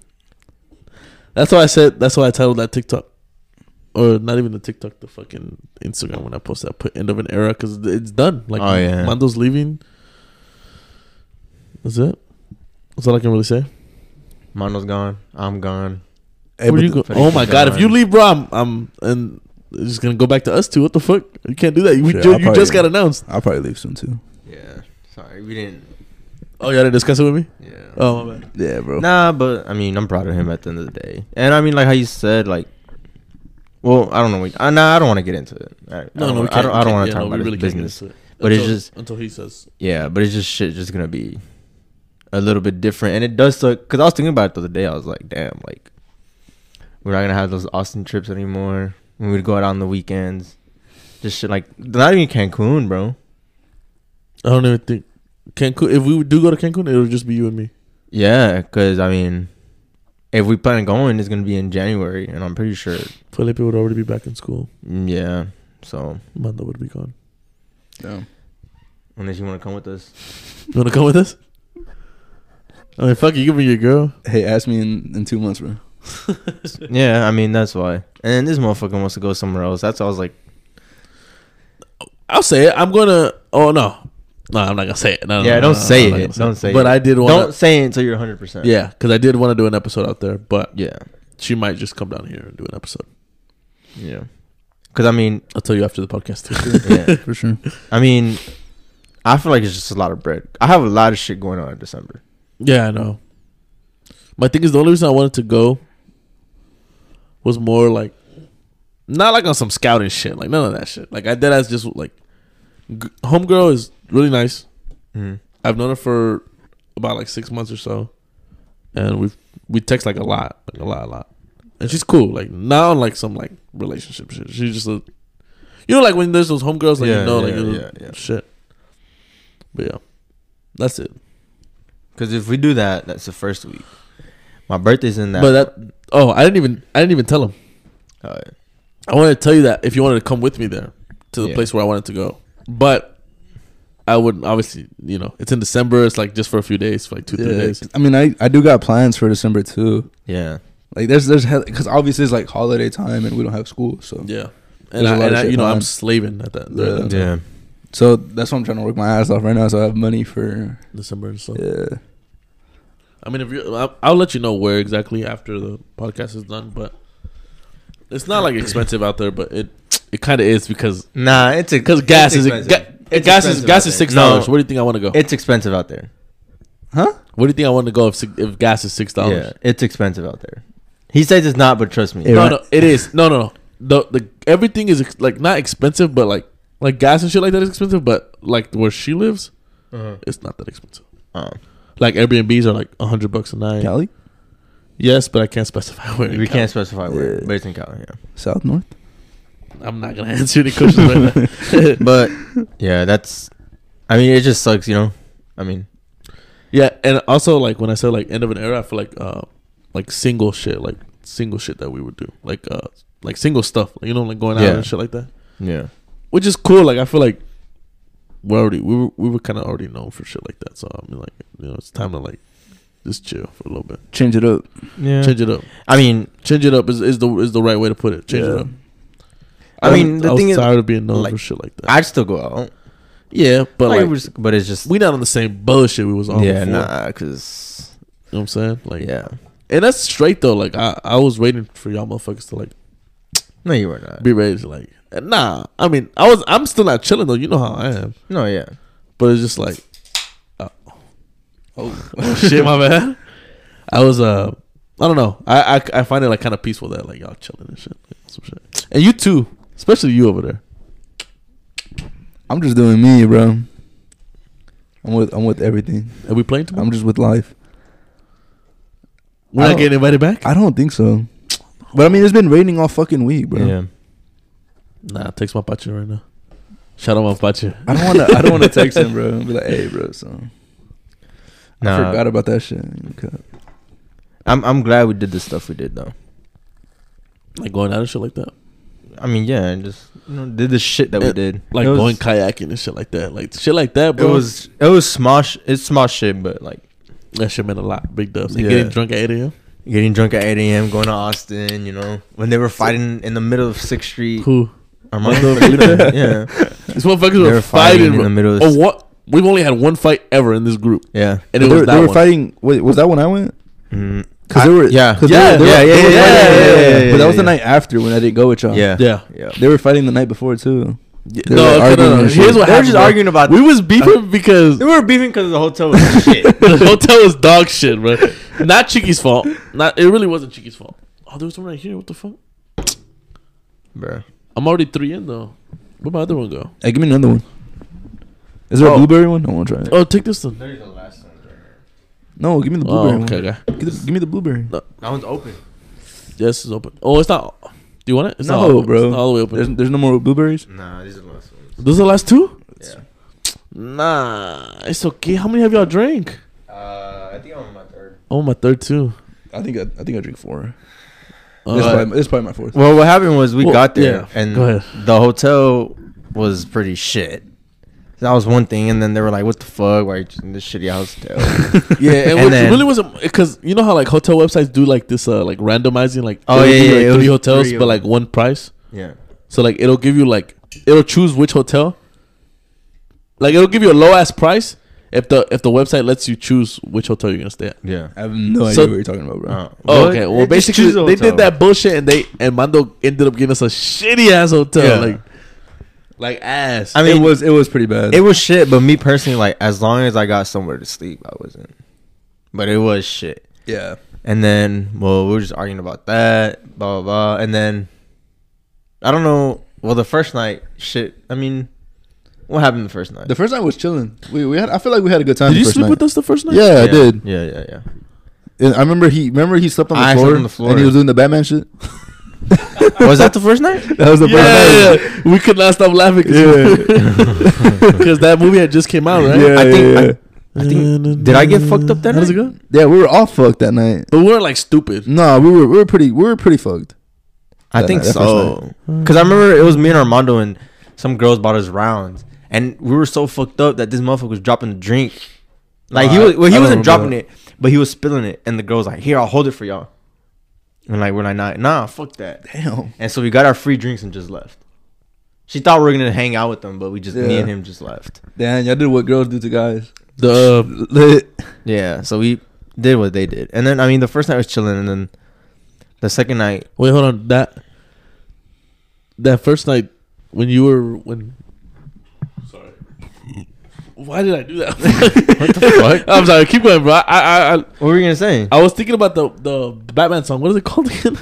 Speaker 3: that's why I said. That's why I titled that TikTok, or not even the TikTok, the fucking Instagram when I post that. Put end of an era because it's done. Like,
Speaker 2: Oh, yeah.
Speaker 3: Mando's leaving. That's it. That's all I can really say.
Speaker 2: Mano's gone. I'm gone.
Speaker 1: Hey,
Speaker 3: Where
Speaker 1: but
Speaker 3: you go?
Speaker 1: th-
Speaker 2: Felipe's
Speaker 3: Oh my god! If you
Speaker 2: gone.
Speaker 3: leave, bro, I'm, I'm and it's just gonna go back to us two. What the fuck? You can't do that. We
Speaker 1: Shit,
Speaker 3: ju-
Speaker 1: I'll
Speaker 3: you
Speaker 1: probably-
Speaker 3: just got announced.
Speaker 1: I'll probably leave soon too.
Speaker 2: Yeah. Sorry, we didn't.
Speaker 3: Oh, y'all didn't discuss it with me.
Speaker 2: Yeah.
Speaker 3: Oh my bad.
Speaker 1: Yeah, bro.
Speaker 2: Nah, but I mean, I'm proud of him at the end of the day. And I mean, like how you said, like, well, I don't know. We, I, nah, I don't want to get into it. I, I
Speaker 3: No,
Speaker 2: don't
Speaker 3: no, we
Speaker 2: wanna-
Speaker 3: can't,
Speaker 2: I don't,
Speaker 3: we
Speaker 2: I don't
Speaker 3: can't.
Speaker 2: want to
Speaker 3: Yeah,
Speaker 2: talk
Speaker 3: no,
Speaker 2: about
Speaker 3: we
Speaker 2: his
Speaker 3: really can't get
Speaker 2: business.
Speaker 3: into it.
Speaker 2: But it's
Speaker 3: Until-
Speaker 2: just-
Speaker 3: until he says.
Speaker 2: Yeah, but it's just shit. Just gonna be a little bit different, and it does suck. Cause I was thinking about it the other day. I was like, damn, like we're not gonna have those Austin trips anymore. We would go out on the weekends, just shit like not even Cancun, bro.
Speaker 3: I don't even think Cancun. If we do go to Cancun, it'll just be you and me.
Speaker 2: Yeah, cause I mean, if we plan on going, it's gonna be in January, and I'm pretty sure.
Speaker 3: Felipe would already be back in school.
Speaker 2: Yeah, so
Speaker 3: Mando would be gone.
Speaker 1: Damn.
Speaker 2: unless you want to come with us,
Speaker 3: You want to come with us? I mean, fuck, you can bring your girl.
Speaker 1: Hey, ask me in, in two months, bro.
Speaker 2: Yeah, I mean that's why. And this motherfucker wants to go somewhere else. That's why I was like,
Speaker 3: I'll say it. I'm gonna. Oh no, no, I'm not gonna say it. No, no,
Speaker 2: yeah,
Speaker 3: no,
Speaker 2: don't
Speaker 3: no, no,
Speaker 2: say
Speaker 3: I'm not
Speaker 2: it.
Speaker 3: gonna
Speaker 2: Don't say it.
Speaker 3: But I did
Speaker 2: Don't
Speaker 3: want.
Speaker 2: say it until you're 100. percent
Speaker 3: Yeah, because I did want to do an episode out there, but
Speaker 2: Yeah.
Speaker 3: she might just come down here and do an episode.
Speaker 2: Yeah. Because I mean,
Speaker 3: I'll tell you after the podcast. too.
Speaker 2: yeah.
Speaker 1: For sure.
Speaker 2: I mean, I feel like it's just a lot of bread. I have a lot of shit going on in December.
Speaker 3: yeah, I know. My thing is the only reason I wanted to go was more like, not like on some scouting shit, like none of that shit. Like I did as just like, g- homegirl is really nice.
Speaker 2: Mm.
Speaker 3: I've known her for about like six months or so, and we have we text like a lot, like a lot, a lot. And she's cool, like not on like some like relationship shit. She's just a, you know, like when there's those homegirls, like
Speaker 2: Yeah,
Speaker 3: you know,
Speaker 2: yeah,
Speaker 3: like
Speaker 2: yeah,
Speaker 3: yeah,
Speaker 2: yeah.
Speaker 3: shit. But yeah, that's it.
Speaker 2: Because if we do that, that's the first week. My birthday's in that.
Speaker 3: But that oh, I didn't even I didn't even tell him.
Speaker 2: Uh,
Speaker 3: I wanted to tell you that if you wanted to come with me there to the
Speaker 2: Yeah.
Speaker 3: place where I wanted to go, but I would obviously you know it's in December. It's like just for a few days, for like two three
Speaker 1: Yeah.
Speaker 3: days.
Speaker 1: I mean, I, I do got plans for December too.
Speaker 2: yeah.
Speaker 1: Like, there's there's because obviously it's like holiday time and we don't have school, so
Speaker 3: Yeah.
Speaker 1: There's
Speaker 3: And,
Speaker 1: a
Speaker 3: I,
Speaker 1: lot
Speaker 3: and
Speaker 1: of
Speaker 3: I,
Speaker 1: shit
Speaker 3: you know, I'm
Speaker 1: planned.
Speaker 3: slaving at that.
Speaker 1: Yeah.
Speaker 3: that-
Speaker 2: Yeah.
Speaker 1: so that's why I'm trying to work my ass off right now. So I have money for uh,
Speaker 3: December and stuff.
Speaker 1: yeah.
Speaker 3: I mean, if you, I'll, I'll let you know where exactly after the podcast is done, but it's not like expensive out there, but it it kind of is because
Speaker 2: Nah, it's
Speaker 3: because gas is ga, gas is gas is six dollars. Where do you think I want to go?
Speaker 2: It's expensive out there.
Speaker 1: Huh?
Speaker 3: Where do you think I want to go if si- if gas is six dollars?
Speaker 2: Yeah, it's expensive out there. He says it's not, but trust me.
Speaker 1: Yeah,
Speaker 3: No,
Speaker 1: right.
Speaker 3: no, it is. No, no, no. The the everything is ex- like not expensive, but like like gas and shit like that is expensive, but like where she lives,
Speaker 2: Uh-huh.
Speaker 3: it's not that expensive.
Speaker 2: Uh,
Speaker 3: Like Airbnbs are like hundred bucks a night.
Speaker 1: Cali,
Speaker 3: Yes, but I can't specify where. in
Speaker 2: we
Speaker 3: Cali.
Speaker 2: can't specify where,
Speaker 1: Yeah.
Speaker 2: but it's in Cali. Yeah.
Speaker 1: South North.
Speaker 3: I'm not gonna answer any questions right now.
Speaker 2: But yeah, that's. I mean, it just sucks, you know. I mean,
Speaker 3: Yeah, and also like when I said like end of an era, I feel like uh like single shit, like single shit that we would do, like uh like single stuff, you know, like going out
Speaker 2: Yeah.
Speaker 3: and shit like that,
Speaker 2: yeah,
Speaker 3: which is cool. Like I feel like we already we were we were kind of already known for shit like that, so I mean like you know it's time to like just chill for a little bit,
Speaker 1: Change it up.
Speaker 2: yeah.
Speaker 3: change it up,
Speaker 2: I mean,
Speaker 3: change it up is, is the is the right way to put it. Change it
Speaker 1: Yeah.
Speaker 3: up.
Speaker 2: I mean, the
Speaker 3: I was
Speaker 2: thing is,
Speaker 3: tired of being known
Speaker 2: like,
Speaker 3: for shit like that.
Speaker 2: I'd still go out,
Speaker 3: yeah, but
Speaker 2: like,
Speaker 3: like,
Speaker 2: it was- but it's just
Speaker 3: we not on the same bullshit we was on.
Speaker 2: yeah,
Speaker 3: before.
Speaker 2: nah, because
Speaker 3: You know what I'm saying? Like,
Speaker 2: yeah,
Speaker 3: and that's straight though. Like, I, I was waiting for y'all motherfuckers to like
Speaker 2: no, you were not.
Speaker 3: be ready to like nah i mean i was i'm still not chilling though you know how i am
Speaker 2: No, yeah,
Speaker 3: but it's just like oh, oh. shit my man i was uh i don't know i i, I find it like kind of peaceful that like y'all chilling and shit, like, some shit and you too especially you over there
Speaker 1: I'm just doing me, bro. I'm with I'm with everything.
Speaker 3: are we playing tomorrow
Speaker 1: I'm just with life.
Speaker 3: we're
Speaker 1: I
Speaker 3: not
Speaker 1: don't-
Speaker 3: getting invited back
Speaker 1: I don't think so. But I mean, it's been raining all fucking week, bro.
Speaker 2: yeah.
Speaker 3: nah text my pacha right now shout out my pacha
Speaker 1: I don't want to. I don't want to text him, bro. And be like, hey, bro. So I
Speaker 2: Nah,
Speaker 1: forgot about that shit. Okay.
Speaker 2: I'm I'm glad we did the stuff we did though.
Speaker 3: like going out and shit like that
Speaker 2: I mean, yeah, and just you know, did the shit that we
Speaker 3: It-
Speaker 2: did.
Speaker 3: like
Speaker 2: It was-
Speaker 3: going kayaking and shit like that like shit like that
Speaker 2: It
Speaker 3: bro
Speaker 2: was it was small. Sh- it's small shit, but like
Speaker 3: that shit meant a lot big dubs and
Speaker 2: Yeah.
Speaker 3: getting drunk at 8 a.m
Speaker 2: getting drunk at 8 a.m. going to Austin. You know, when they were fighting in the middle of Sixth Street,
Speaker 3: who
Speaker 2: Armando,
Speaker 3: Felipe.
Speaker 2: yeah,
Speaker 3: These motherfuckers
Speaker 2: They
Speaker 3: were
Speaker 2: were fighting
Speaker 3: fighting
Speaker 2: in
Speaker 3: bro.
Speaker 2: the middle of
Speaker 3: Oh,
Speaker 2: s-
Speaker 3: what? We've only had one fight ever in this group,
Speaker 2: yeah.
Speaker 3: and
Speaker 1: They
Speaker 3: it was
Speaker 1: were,
Speaker 3: that
Speaker 1: they were
Speaker 3: one.
Speaker 1: fighting. Wait, was that when I went?
Speaker 2: Mm.
Speaker 1: Because
Speaker 2: I-
Speaker 1: they were.
Speaker 2: yeah.
Speaker 1: 'cause
Speaker 3: Yeah,
Speaker 1: they were, they were-
Speaker 2: yeah, yeah,
Speaker 1: they were
Speaker 2: yeah,
Speaker 1: fighting-
Speaker 2: yeah, yeah, yeah,
Speaker 1: But that was the
Speaker 2: yeah.
Speaker 1: night after when I didn't go with y'all.
Speaker 2: Yeah,
Speaker 3: Yeah.
Speaker 2: yeah.
Speaker 1: They were fighting the night before too.
Speaker 3: Yeah,
Speaker 1: They
Speaker 3: no,
Speaker 1: were
Speaker 3: okay, no,
Speaker 1: arguing
Speaker 3: no,
Speaker 1: and
Speaker 3: Here's
Speaker 1: shit.
Speaker 3: what
Speaker 2: They were
Speaker 3: happened.
Speaker 2: just
Speaker 3: bro.
Speaker 2: arguing about-
Speaker 3: We was beefing because
Speaker 2: They were beefing because the hotel was shit.
Speaker 3: the hotel was dog shit, bro. Not Cheeky's fault. Not it really wasn't Cheeky's fault. Oh, there was one right here. What the fuck?
Speaker 2: Bro.
Speaker 3: I'm already three in though. Where'd my other one go?
Speaker 1: Hey, give me another one. Is there
Speaker 3: Oh.
Speaker 1: a blueberry one? I want to try it.
Speaker 3: Oh, take this one.
Speaker 2: That is the last one.
Speaker 1: No, give me the
Speaker 3: Oh,
Speaker 1: blueberry
Speaker 3: okay,
Speaker 1: one.
Speaker 3: okay.
Speaker 1: Give, the- give me the blueberry.
Speaker 2: That one's open.
Speaker 3: Yes, it's open. Oh, it's not. Do you want it? It's not
Speaker 1: No,
Speaker 3: open.
Speaker 1: bro.
Speaker 3: It's not all the way open.
Speaker 1: There's, there's no more blueberries.
Speaker 2: Nah, these are the last ones.
Speaker 3: Those are the last two?
Speaker 2: Yeah.
Speaker 3: Nah, it's okay. How many have y'all drank?
Speaker 2: Uh, I think I'm on my third.
Speaker 3: Oh, my third two.
Speaker 1: I think I, I think I drink four.
Speaker 3: Uh,
Speaker 1: this, is probably, this is probably my fourth.
Speaker 2: Well, what happened was we
Speaker 3: Well,
Speaker 2: got there
Speaker 3: yeah.
Speaker 2: and
Speaker 3: Go ahead.
Speaker 2: the hotel was pretty shit. That was one thing, and then they were like, "What the fuck? Why are you in this shitty hotel?"
Speaker 3: Yeah, and,
Speaker 2: And
Speaker 3: what
Speaker 2: then-
Speaker 3: really wasn't because you know how like hotel websites do like this, uh, like randomizing, like
Speaker 2: Oh,
Speaker 3: it'll
Speaker 2: yeah,
Speaker 3: give you,
Speaker 2: yeah,
Speaker 3: like,
Speaker 2: it was
Speaker 3: three hotels,
Speaker 2: three of
Speaker 3: but
Speaker 2: them.
Speaker 3: like one price.
Speaker 2: yeah,
Speaker 3: So like it'll give you like it'll choose which hotel. Like it'll give you a low ass price if the if the website lets you choose which hotel you're gonna stay at.
Speaker 2: yeah. Uh,
Speaker 1: I have no
Speaker 3: So-
Speaker 1: idea what you're talking about, bro.
Speaker 3: Oh, okay. Well, basically they did that bullshit and they and Mando ended up giving us a shitty ass hotel.
Speaker 2: Yeah.
Speaker 3: Like like ass.
Speaker 2: I mean,
Speaker 1: it was it was pretty bad.
Speaker 2: It was shit, but me personally, like, as long as I got somewhere to sleep, I wasn't. But it was shit.
Speaker 1: yeah,
Speaker 2: And then, well, we were just arguing about that, blah, blah, blah. And then, I don't know. Well, the first night, shit. I mean, what happened the first night?
Speaker 4: The first night was chilling. We we had. I feel like we had a good time.
Speaker 3: did
Speaker 4: the
Speaker 3: you
Speaker 4: first
Speaker 3: sleep
Speaker 4: night.
Speaker 3: with us the first night?
Speaker 4: Yeah, I did.
Speaker 2: Yeah, yeah, yeah.
Speaker 4: And I remember he remember he slept on the,
Speaker 2: I
Speaker 4: floor,
Speaker 2: slept on the floor.
Speaker 4: and he was doing the Batman shit.
Speaker 2: was that the first night?
Speaker 4: That was the
Speaker 3: Yeah, yeah, yeah. we could not stop laughing because that movie had just came out, right?
Speaker 4: Yeah,
Speaker 2: I think.
Speaker 4: yeah,
Speaker 2: I- I, think. Did I get fucked up that
Speaker 3: How does it
Speaker 2: night?
Speaker 3: go?
Speaker 4: Yeah, we were all fucked that night.
Speaker 3: But we were like stupid.
Speaker 4: No, we were we were pretty we were pretty fucked.
Speaker 2: I
Speaker 4: That
Speaker 2: think
Speaker 4: night, that first
Speaker 2: so. Because I remember it was me and Armando and some girls bought us rounds, and we were so fucked up that this motherfucker was dropping the drink. Like he
Speaker 1: Nah,
Speaker 2: was, well, he
Speaker 1: I don't
Speaker 2: wasn't
Speaker 1: remember
Speaker 2: dropping
Speaker 1: that.
Speaker 2: it, but he was spilling it, and the girl was like, "Here, I'll hold it for y'all." And like we're like, "Nah, nah, fuck that."
Speaker 4: Damn.
Speaker 2: And so we got our free drinks and just left. She thought we were gonna hang out with them, but we just me
Speaker 1: Yeah.
Speaker 2: and him just left.
Speaker 1: damn, y'all did what girls do to guys.
Speaker 3: The
Speaker 4: Lit.
Speaker 2: Yeah, so we did what they did, and then I mean, the first night was chilling, and then the second night,
Speaker 3: Wait, hold on. That that first night when you were when. Sorry. Why did I do that? what the fuck? I'm sorry. Keep going, bro. I I I,
Speaker 2: what were you gonna say?
Speaker 3: I was thinking about the the Batman song. What is it called again?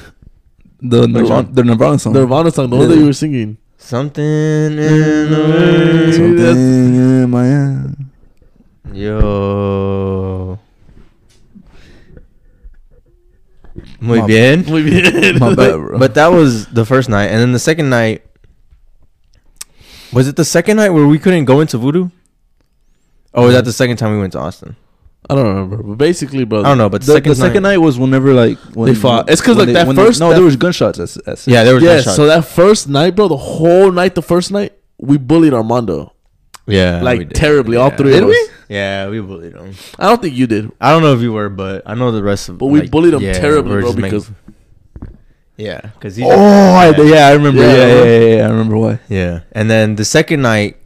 Speaker 1: The
Speaker 4: Nirvana,
Speaker 1: Nirvana,
Speaker 4: the Nirvana song.
Speaker 3: The Nirvana song. The one that you were singing.
Speaker 2: Something in the way.
Speaker 4: Something
Speaker 3: That's-
Speaker 4: in my eye.
Speaker 2: Yo. Muy
Speaker 4: My-
Speaker 2: bien.
Speaker 3: Muy bien.
Speaker 4: My bad,
Speaker 2: But,
Speaker 4: bro.
Speaker 2: but that was the first night. And then the second night. Was it the second night where we couldn't go into voodoo? Or was that the second time we went to Austin?
Speaker 3: I don't remember. But basically, bro.
Speaker 2: I don't know, but
Speaker 1: the, the second night was whenever like when
Speaker 3: They fought. It's 'cause,
Speaker 1: when
Speaker 3: like,
Speaker 1: they-
Speaker 3: that
Speaker 1: when they-
Speaker 3: first-
Speaker 1: no,
Speaker 3: that-
Speaker 1: there was gunshots. That's, that's
Speaker 2: Yeah, there was
Speaker 3: yeah.
Speaker 2: gunshots.
Speaker 3: So that first night, bro. The whole night. The first night, we bullied Armando
Speaker 2: yeah, we
Speaker 3: like
Speaker 2: did.
Speaker 3: terribly. All
Speaker 2: Yeah.
Speaker 3: three.
Speaker 4: Did
Speaker 3: of
Speaker 4: we?
Speaker 3: us.
Speaker 2: Yeah, we bullied him.
Speaker 3: I don't think you did.
Speaker 2: I don't know if you were, but I know the rest of.
Speaker 3: But we
Speaker 2: like,
Speaker 3: bullied him
Speaker 2: yeah,
Speaker 3: terribly,
Speaker 2: we were
Speaker 3: bro,
Speaker 2: just making-
Speaker 3: because
Speaker 2: yeah, because he.
Speaker 1: Oh, I, yeah, I remember.
Speaker 3: Yeah,
Speaker 1: Yeah, yeah,
Speaker 3: I remember.
Speaker 1: yeah, yeah, I remember why.
Speaker 2: Yeah, and then the second night,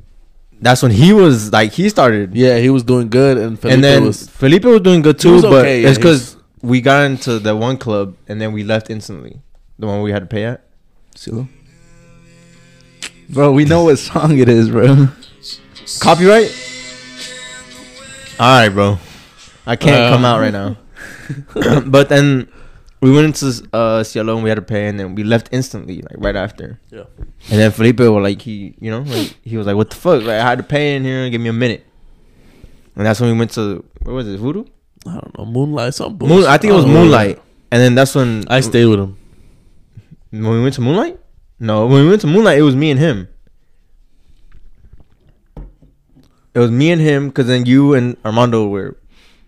Speaker 2: that's when he was like he started.
Speaker 3: yeah, he was doing good, and Felipe
Speaker 2: and then
Speaker 3: was
Speaker 2: Felipe was doing good too,
Speaker 3: was
Speaker 2: but
Speaker 3: okay, yeah,
Speaker 2: it's
Speaker 3: he was-
Speaker 2: because we got into the one club and then we left instantly. The one we had to pay at.
Speaker 1: Silo. Bro, we know what song it is, bro.
Speaker 2: Copyright. All right, bro. I can't
Speaker 3: Uh.
Speaker 2: come out right now. but then we went into uh, Cielo and we had to pay, and then we left instantly, like right after.
Speaker 3: Yeah.
Speaker 2: And then Felipe was like, he, you know, like, he was like, "What the fuck? Like, I had to pay in here. Give me a minute." And that's when we went to where was it? Voodoo.
Speaker 3: I don't know Moonlight. Some
Speaker 2: Moon, I think it was
Speaker 3: don't know.
Speaker 2: Moonlight. And then that's when
Speaker 3: I stayed with him.
Speaker 2: When we went to Moonlight? No, when we went to Moonlight, it was me and him. It was me and him, because then you and Armando were,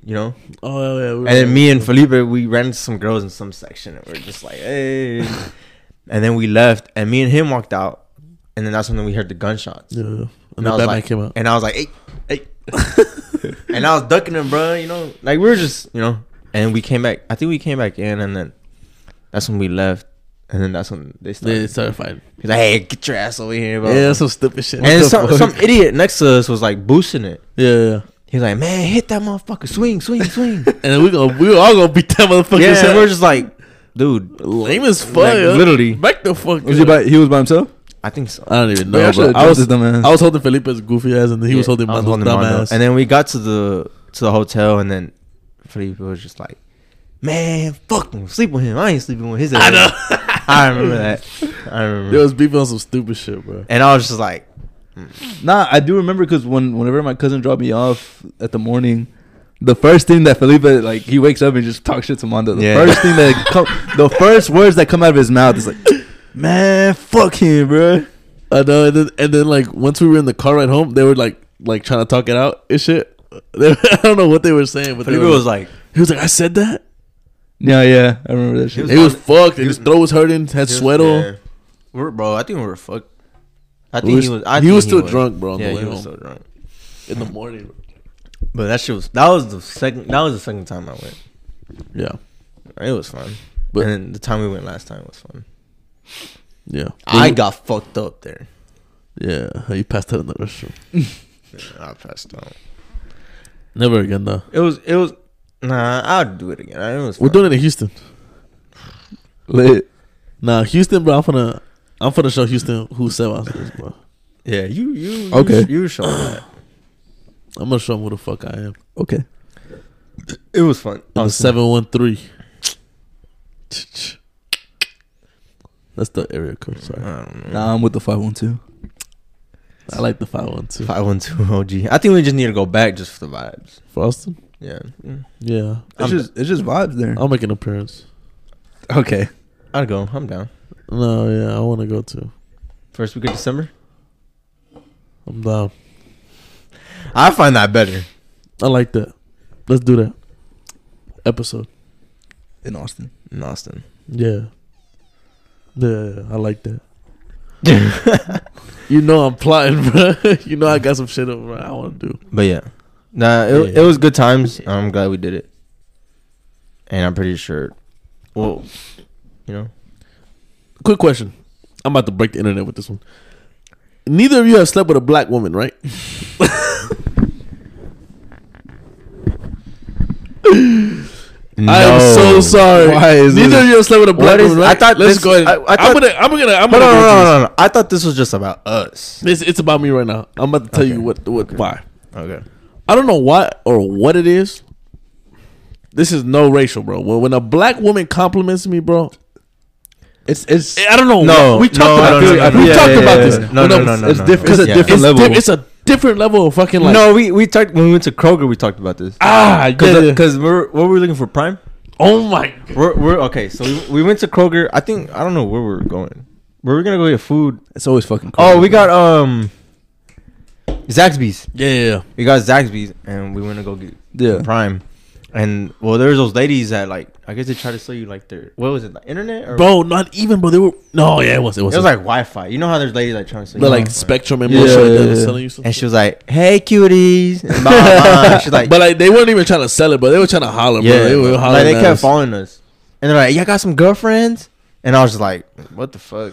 Speaker 2: you know?
Speaker 3: Oh yeah, yeah. we
Speaker 2: And
Speaker 3: were-
Speaker 2: then me and Felipe, we ran into some girls in some section, and we are just like, hey. and then we left, and me and him walked out, and then that's when we heard the gunshots.
Speaker 3: Yeah, and,
Speaker 2: And, I
Speaker 3: then
Speaker 2: was
Speaker 3: Batman
Speaker 2: like,
Speaker 3: came out.
Speaker 2: and I was like, hey, hey. and I was ducking him, bro. You know, like we were just, you know. And we came back. I think we came back in, and then that's when we left. And then that's when they started.
Speaker 3: Yeah, it's terrifying.
Speaker 2: He's like, hey, get your ass over here, bro.
Speaker 3: Yeah, that's some stupid shit. What
Speaker 2: and
Speaker 3: the
Speaker 2: some,
Speaker 3: fuck?
Speaker 2: some idiot next to us was like boosting it.
Speaker 3: yeah, yeah, yeah.
Speaker 2: He's like, man, hit that motherfucker. Swing, swing, swing.
Speaker 3: And then we gonna we all gonna beat that motherfucker.
Speaker 2: yeah, so
Speaker 3: Yeah,
Speaker 2: we're just like, dude.
Speaker 3: lame as fuck.
Speaker 2: Like,
Speaker 3: yo.
Speaker 2: literally.
Speaker 3: back the fuck.
Speaker 1: Was
Speaker 3: up.
Speaker 1: he by? He was by himself.
Speaker 2: I think so.
Speaker 3: I don't even
Speaker 1: Bro,
Speaker 3: know.
Speaker 1: I
Speaker 3: Bro,
Speaker 1: should've
Speaker 3: I was
Speaker 1: dropped this dumbass.
Speaker 3: I was holding Felipe's goofy ass, and he was
Speaker 2: Yeah,
Speaker 3: holding
Speaker 2: I
Speaker 3: Mando's dumb
Speaker 2: Mondo.
Speaker 3: ass.
Speaker 2: And then we got to the to the hotel, and then Felipe was just like, man, fuck him. Sleep with him. I ain't sleeping with his ass. I know. I remember that. I remember.
Speaker 3: there was beefing on some stupid shit, bro.
Speaker 2: and I was just like, "Mm."
Speaker 1: Nah, I do remember because when whenever my cousin dropped me off at the morning, the first thing that Felipe like he wakes up and just talks shit to Mondo. The
Speaker 2: Yeah.
Speaker 1: first thing that come, the first words that come out of his mouth is like, "Man, fuck him, bro."
Speaker 3: I know, and then, and then like once we were in the car ride home, they were like like trying to talk it out and shit. They- I don't know what they were saying, but they
Speaker 2: Felipe
Speaker 3: were,
Speaker 2: was like,
Speaker 3: he was like, I said that.
Speaker 1: Yeah, yeah, I remember that shit.
Speaker 2: was
Speaker 3: He was
Speaker 2: on-
Speaker 3: fucked,
Speaker 2: he
Speaker 3: and
Speaker 2: was-
Speaker 3: his throat was hurting, had sweat on.
Speaker 2: Yeah. We're, bro, I think we were fucked. I
Speaker 3: We
Speaker 2: think he
Speaker 3: was-
Speaker 2: was. I
Speaker 3: he
Speaker 2: think
Speaker 3: was still drunk, bro, on the
Speaker 2: yeah,
Speaker 3: way
Speaker 2: he was
Speaker 3: home.
Speaker 2: still drunk.
Speaker 3: in the morning.
Speaker 2: But that shit was that was the second that was the second time I went.
Speaker 3: Yeah,
Speaker 2: It was fun.
Speaker 3: But-
Speaker 2: and then the time we went last time was fun.
Speaker 3: yeah.
Speaker 2: I got fucked up there.
Speaker 3: yeah. You passed out in the restroom.
Speaker 2: I passed out.
Speaker 3: Never again, though.
Speaker 2: It was it was nah. I'd do it again. It was.
Speaker 3: We're
Speaker 2: fun.
Speaker 3: doing it in Houston.
Speaker 1: Lit.
Speaker 3: Nah, Houston, bro. I'm gonna, I'm gonna show Houston who said I this, bro.
Speaker 2: Yeah, you you
Speaker 1: Okay.
Speaker 2: You, you show that.
Speaker 3: I'm gonna show him who the fuck I am.
Speaker 1: Okay.
Speaker 2: It was fun.
Speaker 3: On the seven one three. That's the area code.
Speaker 2: I
Speaker 3: Sorry,
Speaker 2: don't know.
Speaker 1: Nah, I'm with the five one two.
Speaker 3: I like the five one two
Speaker 2: Five one two OG. I think we just need to go back just for the vibes.
Speaker 3: for Austin.
Speaker 2: Yeah,
Speaker 3: Yeah,
Speaker 1: It's just it's just vibes there.
Speaker 3: I'll make an appearance.
Speaker 1: Okay.
Speaker 2: I'd go. I'm down.
Speaker 3: No, yeah, I want to go too.
Speaker 2: First week of December.
Speaker 3: I'm down.
Speaker 2: I find that better.
Speaker 3: I like that. Let's do that episode.
Speaker 1: In Austin.
Speaker 2: In Austin.
Speaker 3: Yeah. Yeah, I like that. You know I'm plotting, bro. you know I got some shit over I want to do.
Speaker 2: but yeah, nah. It,
Speaker 3: Yeah.
Speaker 2: it was good times. I'm glad we did it. And I'm pretty sure. Well, you know.
Speaker 3: Quick question. I'm about to break the internet with this one. Neither of you have slept with a black woman, right? I am so sorry.
Speaker 1: Why is
Speaker 3: Neither
Speaker 1: this-
Speaker 3: of you have slept with a black
Speaker 2: What is-
Speaker 3: woman, right?
Speaker 2: I thought
Speaker 3: Let's
Speaker 2: this-
Speaker 3: go ahead.
Speaker 2: I- I
Speaker 3: am
Speaker 2: thought-
Speaker 3: gonna. I'm gonna. I'm
Speaker 2: No, no,
Speaker 3: gonna. go
Speaker 2: no,
Speaker 3: through
Speaker 2: no,
Speaker 3: this.
Speaker 2: no, no. I thought this was just about us.
Speaker 3: It's, it's about me right now. I'm about to tell you
Speaker 2: Okay.
Speaker 3: what what why.
Speaker 2: Okay.
Speaker 3: I don't know why or what it is. This is no racial, bro. When, when a black woman compliments me, bro, eh,
Speaker 1: It's it's
Speaker 3: I don't know.
Speaker 2: No,
Speaker 3: we talked
Speaker 2: no,
Speaker 3: about
Speaker 2: no,
Speaker 3: this.
Speaker 2: no, no, no.
Speaker 3: we
Speaker 2: Yeah,
Speaker 3: talked
Speaker 2: yeah,
Speaker 3: about
Speaker 2: yeah,
Speaker 3: this.
Speaker 2: yeah.
Speaker 3: When
Speaker 2: No, no,
Speaker 3: a-
Speaker 2: no, no,
Speaker 1: it's
Speaker 2: no.
Speaker 1: different-
Speaker 3: Because
Speaker 1: it's
Speaker 3: a
Speaker 2: Yeah.
Speaker 3: different
Speaker 1: It's
Speaker 3: level.
Speaker 1: diff-
Speaker 3: it's a different level of fucking like
Speaker 2: no, we we talked when we went to Kroger. We talked about this.
Speaker 3: ah yeah, yeah.
Speaker 2: Because we're what were we looking for? Prime.
Speaker 3: oh my God.
Speaker 2: We're, we're okay. So we, we went to Kroger. I think I don't know where we were going. We were gonna go get food.
Speaker 1: it's always fucking
Speaker 2: Oh, we got um, Zaxby's.
Speaker 3: yeah yeah, yeah.
Speaker 2: We got Zaxby's, and we went to go get
Speaker 1: Yeah.
Speaker 2: Prime. And well, there's those ladies that like I guess they try to sell you like their what was it the internet or
Speaker 3: bro not even bro they were no yeah it was it
Speaker 2: it
Speaker 3: was,
Speaker 2: was like Wi-Fi. You know how there's ladies like trying to sell
Speaker 3: the
Speaker 2: you
Speaker 3: like
Speaker 2: Wi-Fi.
Speaker 3: Spectrum and
Speaker 1: Yeah,
Speaker 3: bullshit
Speaker 1: yeah,
Speaker 3: that was
Speaker 1: yeah.
Speaker 3: selling you something.
Speaker 2: And she was like, "Hey cuties," and blah, blah, blah. And she's like,
Speaker 3: but like they weren't even trying to sell it, but they were trying to holler, bro.
Speaker 2: "Yeah,"
Speaker 3: They were
Speaker 2: like
Speaker 3: hollering
Speaker 2: they
Speaker 3: at
Speaker 2: kept
Speaker 3: us.
Speaker 2: following us. And they're like, "Y'all got some girlfriends?" And I was just like, "What the fuck?"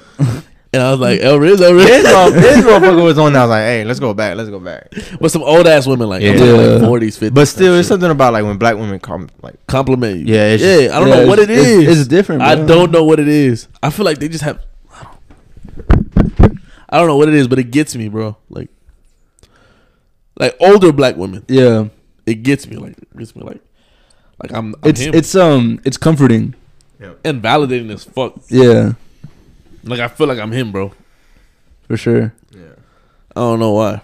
Speaker 3: and I was like, "Oh, really? Oh, really?"
Speaker 2: this mother- this motherfucker was on. I was like, "Hey, let's go back. Let's go back."
Speaker 3: With some old ass women, like
Speaker 2: Yeah.
Speaker 3: forties, fifties,
Speaker 2: But still, it's something about like when black women come like
Speaker 3: compliment you.
Speaker 2: Yeah, it's
Speaker 3: yeah.
Speaker 2: just-
Speaker 3: I don't
Speaker 1: Yeah,
Speaker 3: know what it
Speaker 1: it's-
Speaker 3: is.
Speaker 1: It's, it's different.
Speaker 3: I
Speaker 1: bro.
Speaker 3: don't know what it is. I feel like they just have. I don't, I don't know what it is, but it gets me, bro. Like, like older black women,
Speaker 1: Yeah.
Speaker 3: it gets me. Like, it gets me. Like, like I'm. I'm
Speaker 1: It's
Speaker 3: him.
Speaker 1: it's um it's comforting.
Speaker 3: and validating as fuck.
Speaker 1: Yeah.
Speaker 3: Like, I feel like I'm him, bro.
Speaker 1: For sure.
Speaker 3: I don't know why.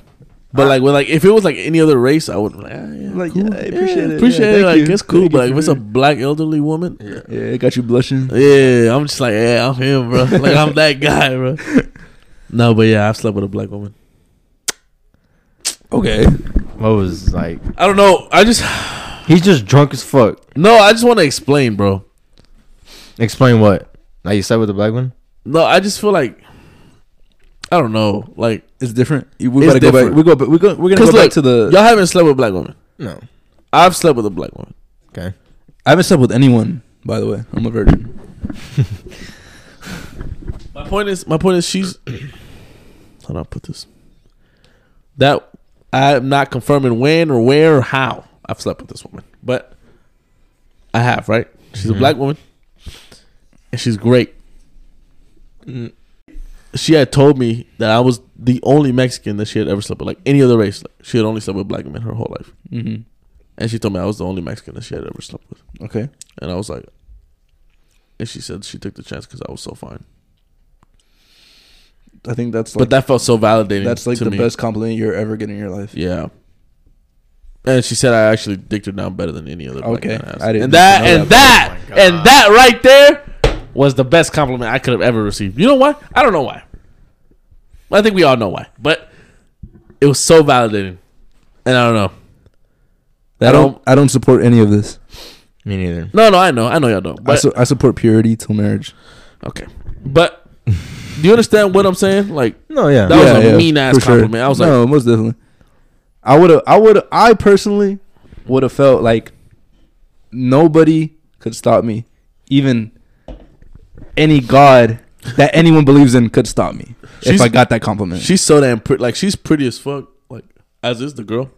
Speaker 3: But like when like if it was like any other race, I would like, ah, yeah,
Speaker 1: Like,
Speaker 3: cool.
Speaker 1: yeah, I appreciate it.
Speaker 3: Appreciate
Speaker 1: Yeah,
Speaker 3: it.
Speaker 1: thank
Speaker 3: Like
Speaker 1: you.
Speaker 3: it's cool,
Speaker 1: Thank
Speaker 3: but
Speaker 1: you
Speaker 3: like
Speaker 1: for
Speaker 3: if it's a
Speaker 1: that.
Speaker 3: black elderly woman,
Speaker 2: yeah.
Speaker 1: Yeah. It got you blushing.
Speaker 3: Yeah, I'm just like, yeah, I'm him, bro. Like I'm that guy, bro. No, but yeah, I've slept with a black woman.
Speaker 1: Okay.
Speaker 2: What was like?
Speaker 3: I don't know. I just
Speaker 2: He's just drunk as fuck.
Speaker 3: no. I just want to explain, bro.
Speaker 2: Explain what? Like you said with the black one?
Speaker 3: No, I just feel like I don't know. Like
Speaker 1: It's different. You- We
Speaker 3: It's
Speaker 1: gotta go
Speaker 3: different.
Speaker 1: back. We go. Back, we go. We're gonna
Speaker 3: 'Cause
Speaker 1: go
Speaker 3: look,
Speaker 1: back to the.
Speaker 3: y'all haven't slept with a black woman.
Speaker 2: No.
Speaker 3: I've slept with a black woman.
Speaker 2: Okay.
Speaker 1: I haven't slept with anyone. By the way, I'm a virgin.
Speaker 3: My point is, my point is, she's. How do I put this? That I'm not confirming when or where or how I've slept with this woman, but I have. Right? She's a
Speaker 2: Mhm.
Speaker 3: black woman, and she's great. She had told me that I was the only Mexican that she had ever slept with, like any other race. Like, she had only slept with black men her whole life,
Speaker 1: Mm-hmm.
Speaker 3: and she told me I was the only Mexican that she had ever slept with.
Speaker 1: Okay.
Speaker 3: And I was like, and she said she took the chance because I was so fine.
Speaker 1: I think that's like
Speaker 3: But that felt so validating.
Speaker 1: that's like
Speaker 3: to
Speaker 1: the
Speaker 3: me.
Speaker 1: best compliment you're ever getting in your life.
Speaker 3: Yeah. And she said I actually dicked her down better than any other black
Speaker 1: Okay,
Speaker 3: man has.
Speaker 1: I didn't
Speaker 3: and that
Speaker 1: know
Speaker 3: and that,
Speaker 2: that. Oh my
Speaker 3: and
Speaker 2: God.
Speaker 3: that right there was the best compliment I could have ever received. You know why? I don't know why. I think we all know why. But it was so validating. And I don't know.
Speaker 1: I don't. I don't support any of this.
Speaker 2: Me neither.
Speaker 3: No, no, I know. I know y'all don't.
Speaker 1: I,
Speaker 3: But
Speaker 1: su- I support purity till marriage.
Speaker 3: okay. But do you understand what I'm saying? Like
Speaker 2: No, yeah.
Speaker 3: That was a
Speaker 1: yeah,
Speaker 3: mean-ass
Speaker 1: for sure.
Speaker 3: compliment. I was like-
Speaker 1: no, most definitely. I would have. I would. I personally would have felt like nobody could stop me, even any god that anyone believes in could stop me
Speaker 3: She's-
Speaker 1: if I got that compliment.
Speaker 3: She's so damn pretty. Like she's pretty as fuck. Like as is the girl.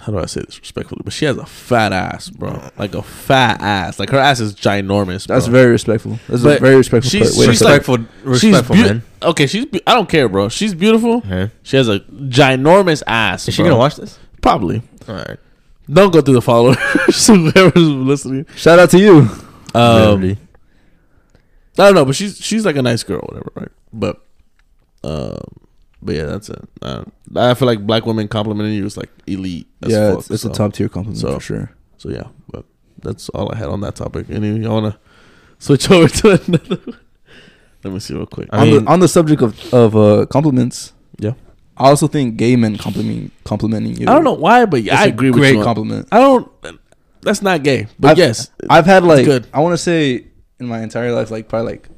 Speaker 3: How do I say this respectfully? But she has a fat ass, bro. Like a fat ass. Like her ass is ginormous. Bro.
Speaker 1: That's very respectful. That's
Speaker 3: But
Speaker 1: a very respectful.
Speaker 3: she's-
Speaker 1: put- way to
Speaker 3: she's
Speaker 1: put it.
Speaker 3: like-
Speaker 2: Respectful,
Speaker 3: She's
Speaker 2: respectful,
Speaker 3: beau-
Speaker 2: man.
Speaker 3: Okay, she's. Be- I don't care, bro. She's beautiful.
Speaker 2: Okay.
Speaker 3: She has a ginormous ass.
Speaker 2: Is she
Speaker 3: bro.
Speaker 2: gonna watch this?
Speaker 3: Probably.
Speaker 2: All right.
Speaker 3: Don't go through the followers. Whoever's listening.
Speaker 1: shout out to you.
Speaker 3: Um, I don't know, but she's she's like a nice girl, whatever, right? But, um, but yeah, that's it. Uh, I feel like black women complimenting you is like elite. As
Speaker 1: yeah,
Speaker 3: fuck,
Speaker 1: it's, it's
Speaker 3: so,
Speaker 1: a top tier compliment
Speaker 3: so-
Speaker 1: for sure.
Speaker 3: So yeah, but that's all I had on that topic. Any you wanna switch over to another? one? Let me see real quick.
Speaker 2: I
Speaker 1: on
Speaker 2: mean-
Speaker 1: the on the subject of of uh, compliments,
Speaker 3: Yeah.
Speaker 1: I also think gay men complimenting complimenting you.
Speaker 3: I don't know why, but yeah,
Speaker 1: It's
Speaker 3: I
Speaker 1: a
Speaker 3: agree with
Speaker 1: great
Speaker 3: you. on-
Speaker 1: compliment.
Speaker 3: I don't. That's not gay, but
Speaker 1: I've-
Speaker 3: yes,
Speaker 1: I've had like
Speaker 3: good.
Speaker 1: I want to say in my entire life like probably like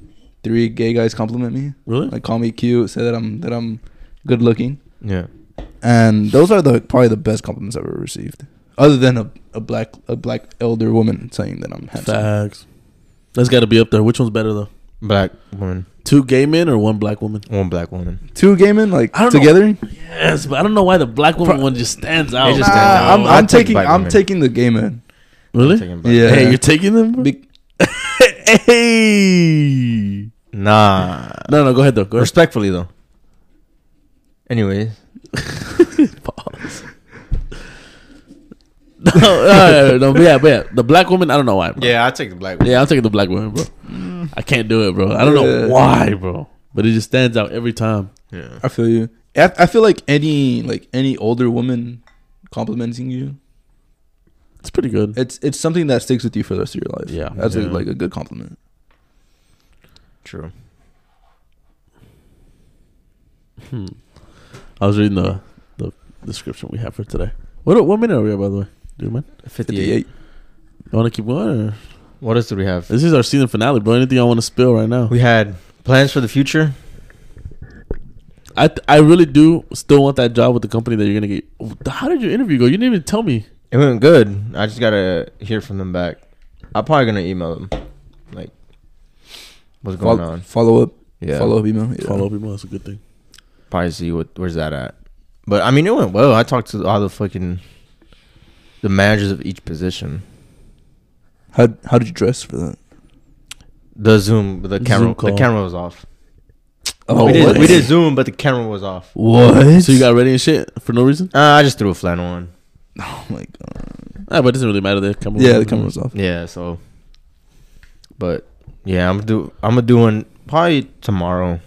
Speaker 1: three gay guys compliment me,
Speaker 3: really.
Speaker 1: like call me cute, say that I'm that I'm good looking,
Speaker 2: Yeah.
Speaker 1: and those are the probably the best compliments I've ever received. Other than a, a black a black elder woman saying that I'm handsome.
Speaker 3: Facts. That's got to be up there. Which one's better though?
Speaker 2: Black woman,
Speaker 3: Two gay men or one black woman?
Speaker 2: one black woman.
Speaker 1: Two gay men like
Speaker 3: I don't know.
Speaker 1: together.
Speaker 3: Yes, but I don't know why the black woman
Speaker 1: Pro-
Speaker 3: one just stands out.
Speaker 2: just
Speaker 1: Nah,
Speaker 2: stand out.
Speaker 1: I'm,
Speaker 2: I'd
Speaker 1: I'm
Speaker 2: take
Speaker 1: taking
Speaker 2: black
Speaker 1: I'm
Speaker 2: women.
Speaker 1: taking the gay men.
Speaker 3: really?
Speaker 2: Taking black.
Speaker 1: Yeah.
Speaker 3: Hey, you're taking them? bro?
Speaker 1: Be-
Speaker 3: hey.
Speaker 2: Nah.
Speaker 3: No, no, go ahead though. Go ahead.
Speaker 2: Respectfully though. Anyways,
Speaker 3: Pause. no, no, no, no, but yeah, but yeah, the black woman. I don't know why. Bro.
Speaker 2: yeah, I take the black.
Speaker 3: yeah, I'm taking the black woman, bro. I can't do it, bro. I don't know
Speaker 1: Yeah.
Speaker 3: why, bro. But it just stands out every time.
Speaker 2: Yeah.
Speaker 1: I feel you. I, I feel like any like any older woman complimenting you,
Speaker 3: It's pretty good.
Speaker 1: it's it's something that sticks with you for the rest of your life.
Speaker 3: Yeah.
Speaker 1: that's a-
Speaker 2: Yeah.
Speaker 1: like a good compliment.
Speaker 2: True.
Speaker 3: Hmm. I was reading the the description we have for today. What what minute are we at, by the way? Do you mind?
Speaker 2: Fifty-eight.
Speaker 1: Fifty-eight.
Speaker 3: You want to keep going? Or?
Speaker 2: What else do we have?
Speaker 3: This is our season finale, bro. Anything I want to spill right now?
Speaker 2: We had plans for the future.
Speaker 3: I th- I really do still want that job with the company that you're gonna get. How did your interview go? You didn't even tell me.
Speaker 2: It went good. I just gotta hear from them back. I'm probably gonna email them. Like, what's going
Speaker 1: Follow,
Speaker 2: on?
Speaker 1: follow up.
Speaker 2: Yeah.
Speaker 1: Follow up email. Yeah.
Speaker 3: Follow up email. That's a good thing.
Speaker 2: Probably see what where's that at. But I mean, it went well. I talked to all the fucking the managers of each position.
Speaker 1: How how did you dress for that?
Speaker 2: The Zoom, the
Speaker 3: Zoom
Speaker 2: camera, the
Speaker 3: call.
Speaker 2: camera was off.
Speaker 1: Oh,
Speaker 2: we, did,
Speaker 1: what?
Speaker 2: we did Zoom, but the camera was off.
Speaker 1: What?
Speaker 3: So you got ready and shit for no reason?
Speaker 2: Uh, I just threw a flannel on.
Speaker 1: Oh my god.
Speaker 3: Ah, but it doesn't really matter. The camera.
Speaker 1: Yeah, the camera was off.
Speaker 2: Yeah, so. But yeah, I'm gonna do. I'm gonna do one probably tomorrow.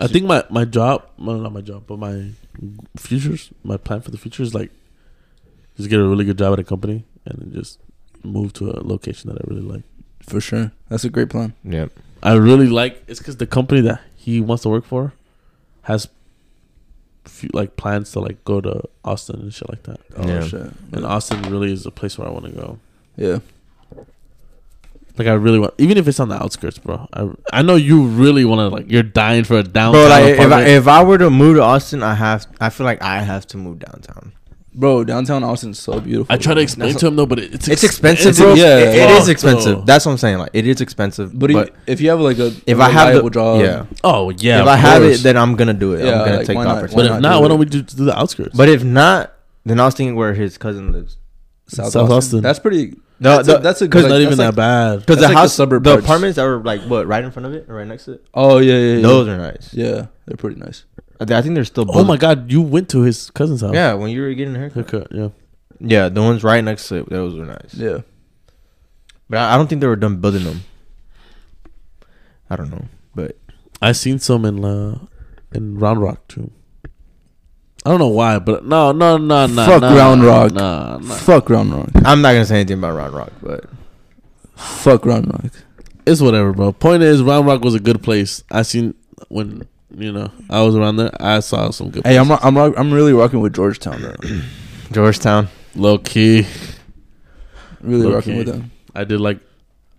Speaker 3: I think my my job, well, not my job, but my futures, my plan for the future is like just get a really good job at a company and then just move to a location that I really like.
Speaker 1: For sure. That's a great plan.
Speaker 2: Yeah,
Speaker 3: I really like it's because the company that he wants to work for has few, like plans to like go to Austin and shit like that.
Speaker 1: Oh
Speaker 2: Yeah.
Speaker 1: shit.
Speaker 3: And Austin really is a place where I want to go.
Speaker 1: Yeah.
Speaker 3: Like I really want, even if it's on the outskirts, bro. I I know you really want to like you're dying for a downtown.
Speaker 2: bro. Like, if I,
Speaker 3: apartment.
Speaker 2: if I were to move to Austin, I have. I feel like I have to move downtown.
Speaker 1: Bro, downtown Austin's so beautiful.
Speaker 3: I try to explain
Speaker 2: That's
Speaker 3: to him though, but it, it's
Speaker 2: It's expensive,
Speaker 1: it's-
Speaker 2: bro.
Speaker 1: yeah.
Speaker 2: It- it is
Speaker 3: Fuck,
Speaker 2: expensive.
Speaker 3: though.
Speaker 2: That's what I'm saying. Like, it is expensive.
Speaker 1: But,
Speaker 2: But,
Speaker 1: if, if you have like a
Speaker 2: if I have
Speaker 1: reliable
Speaker 2: the
Speaker 1: job,
Speaker 2: yeah,
Speaker 3: Oh yeah,
Speaker 2: if
Speaker 3: of
Speaker 2: I have it,
Speaker 3: course.
Speaker 2: then I'm gonna do it.
Speaker 1: Yeah,
Speaker 2: I'm gonna
Speaker 1: like,
Speaker 2: take the
Speaker 1: why not?
Speaker 2: opportunity.
Speaker 3: but
Speaker 1: why not
Speaker 3: if not,
Speaker 1: do
Speaker 3: why
Speaker 1: it?
Speaker 3: don't we do, do the outskirts?
Speaker 2: But if not, then I was thinking where his cousin lives.
Speaker 1: South,
Speaker 3: South
Speaker 1: Austin.
Speaker 3: Austin.
Speaker 1: That's pretty.
Speaker 2: No,
Speaker 1: that's,
Speaker 2: the-
Speaker 1: a, that's a
Speaker 3: it's
Speaker 1: good.
Speaker 3: not
Speaker 1: like, that's
Speaker 3: even that
Speaker 1: like-
Speaker 3: bad.
Speaker 2: Because the
Speaker 1: That's like the
Speaker 2: house, the,
Speaker 1: suburb parts.
Speaker 2: apartments that were like what right in front of it, or right next to it.
Speaker 1: Oh yeah, yeah, yeah.
Speaker 2: Those are nice.
Speaker 1: Yeah, they're pretty nice.
Speaker 2: I thi- I think they're still.
Speaker 3: Oh
Speaker 2: built.
Speaker 3: my god, you went to his cousin's house.
Speaker 2: Yeah, when you were getting a haircut.
Speaker 3: Haircut, yeah.
Speaker 2: Yeah, the ones right next to it. Those were nice.
Speaker 1: Yeah.
Speaker 2: But I, I don't think they were done building them. I don't know, but
Speaker 3: I seen some in uh, in Round Rock too. I don't know why, but no, no, no, no.
Speaker 1: Fuck
Speaker 3: no,
Speaker 1: Round Rock.
Speaker 3: Nah, nah.
Speaker 1: Fuck Round Rock.
Speaker 2: I'm not gonna say anything about Round Rock. But
Speaker 1: Fuck Round Rock.
Speaker 3: It's whatever, bro. Point is, Round Rock was a good place. I seen when you know I was around there. I saw some good.
Speaker 1: Hey, I'm ro- I'm ro- I'm really rocking with Georgetown though.
Speaker 2: Georgetown,
Speaker 3: low key.
Speaker 1: Really rocking
Speaker 3: Okay.
Speaker 1: with them.
Speaker 3: I did like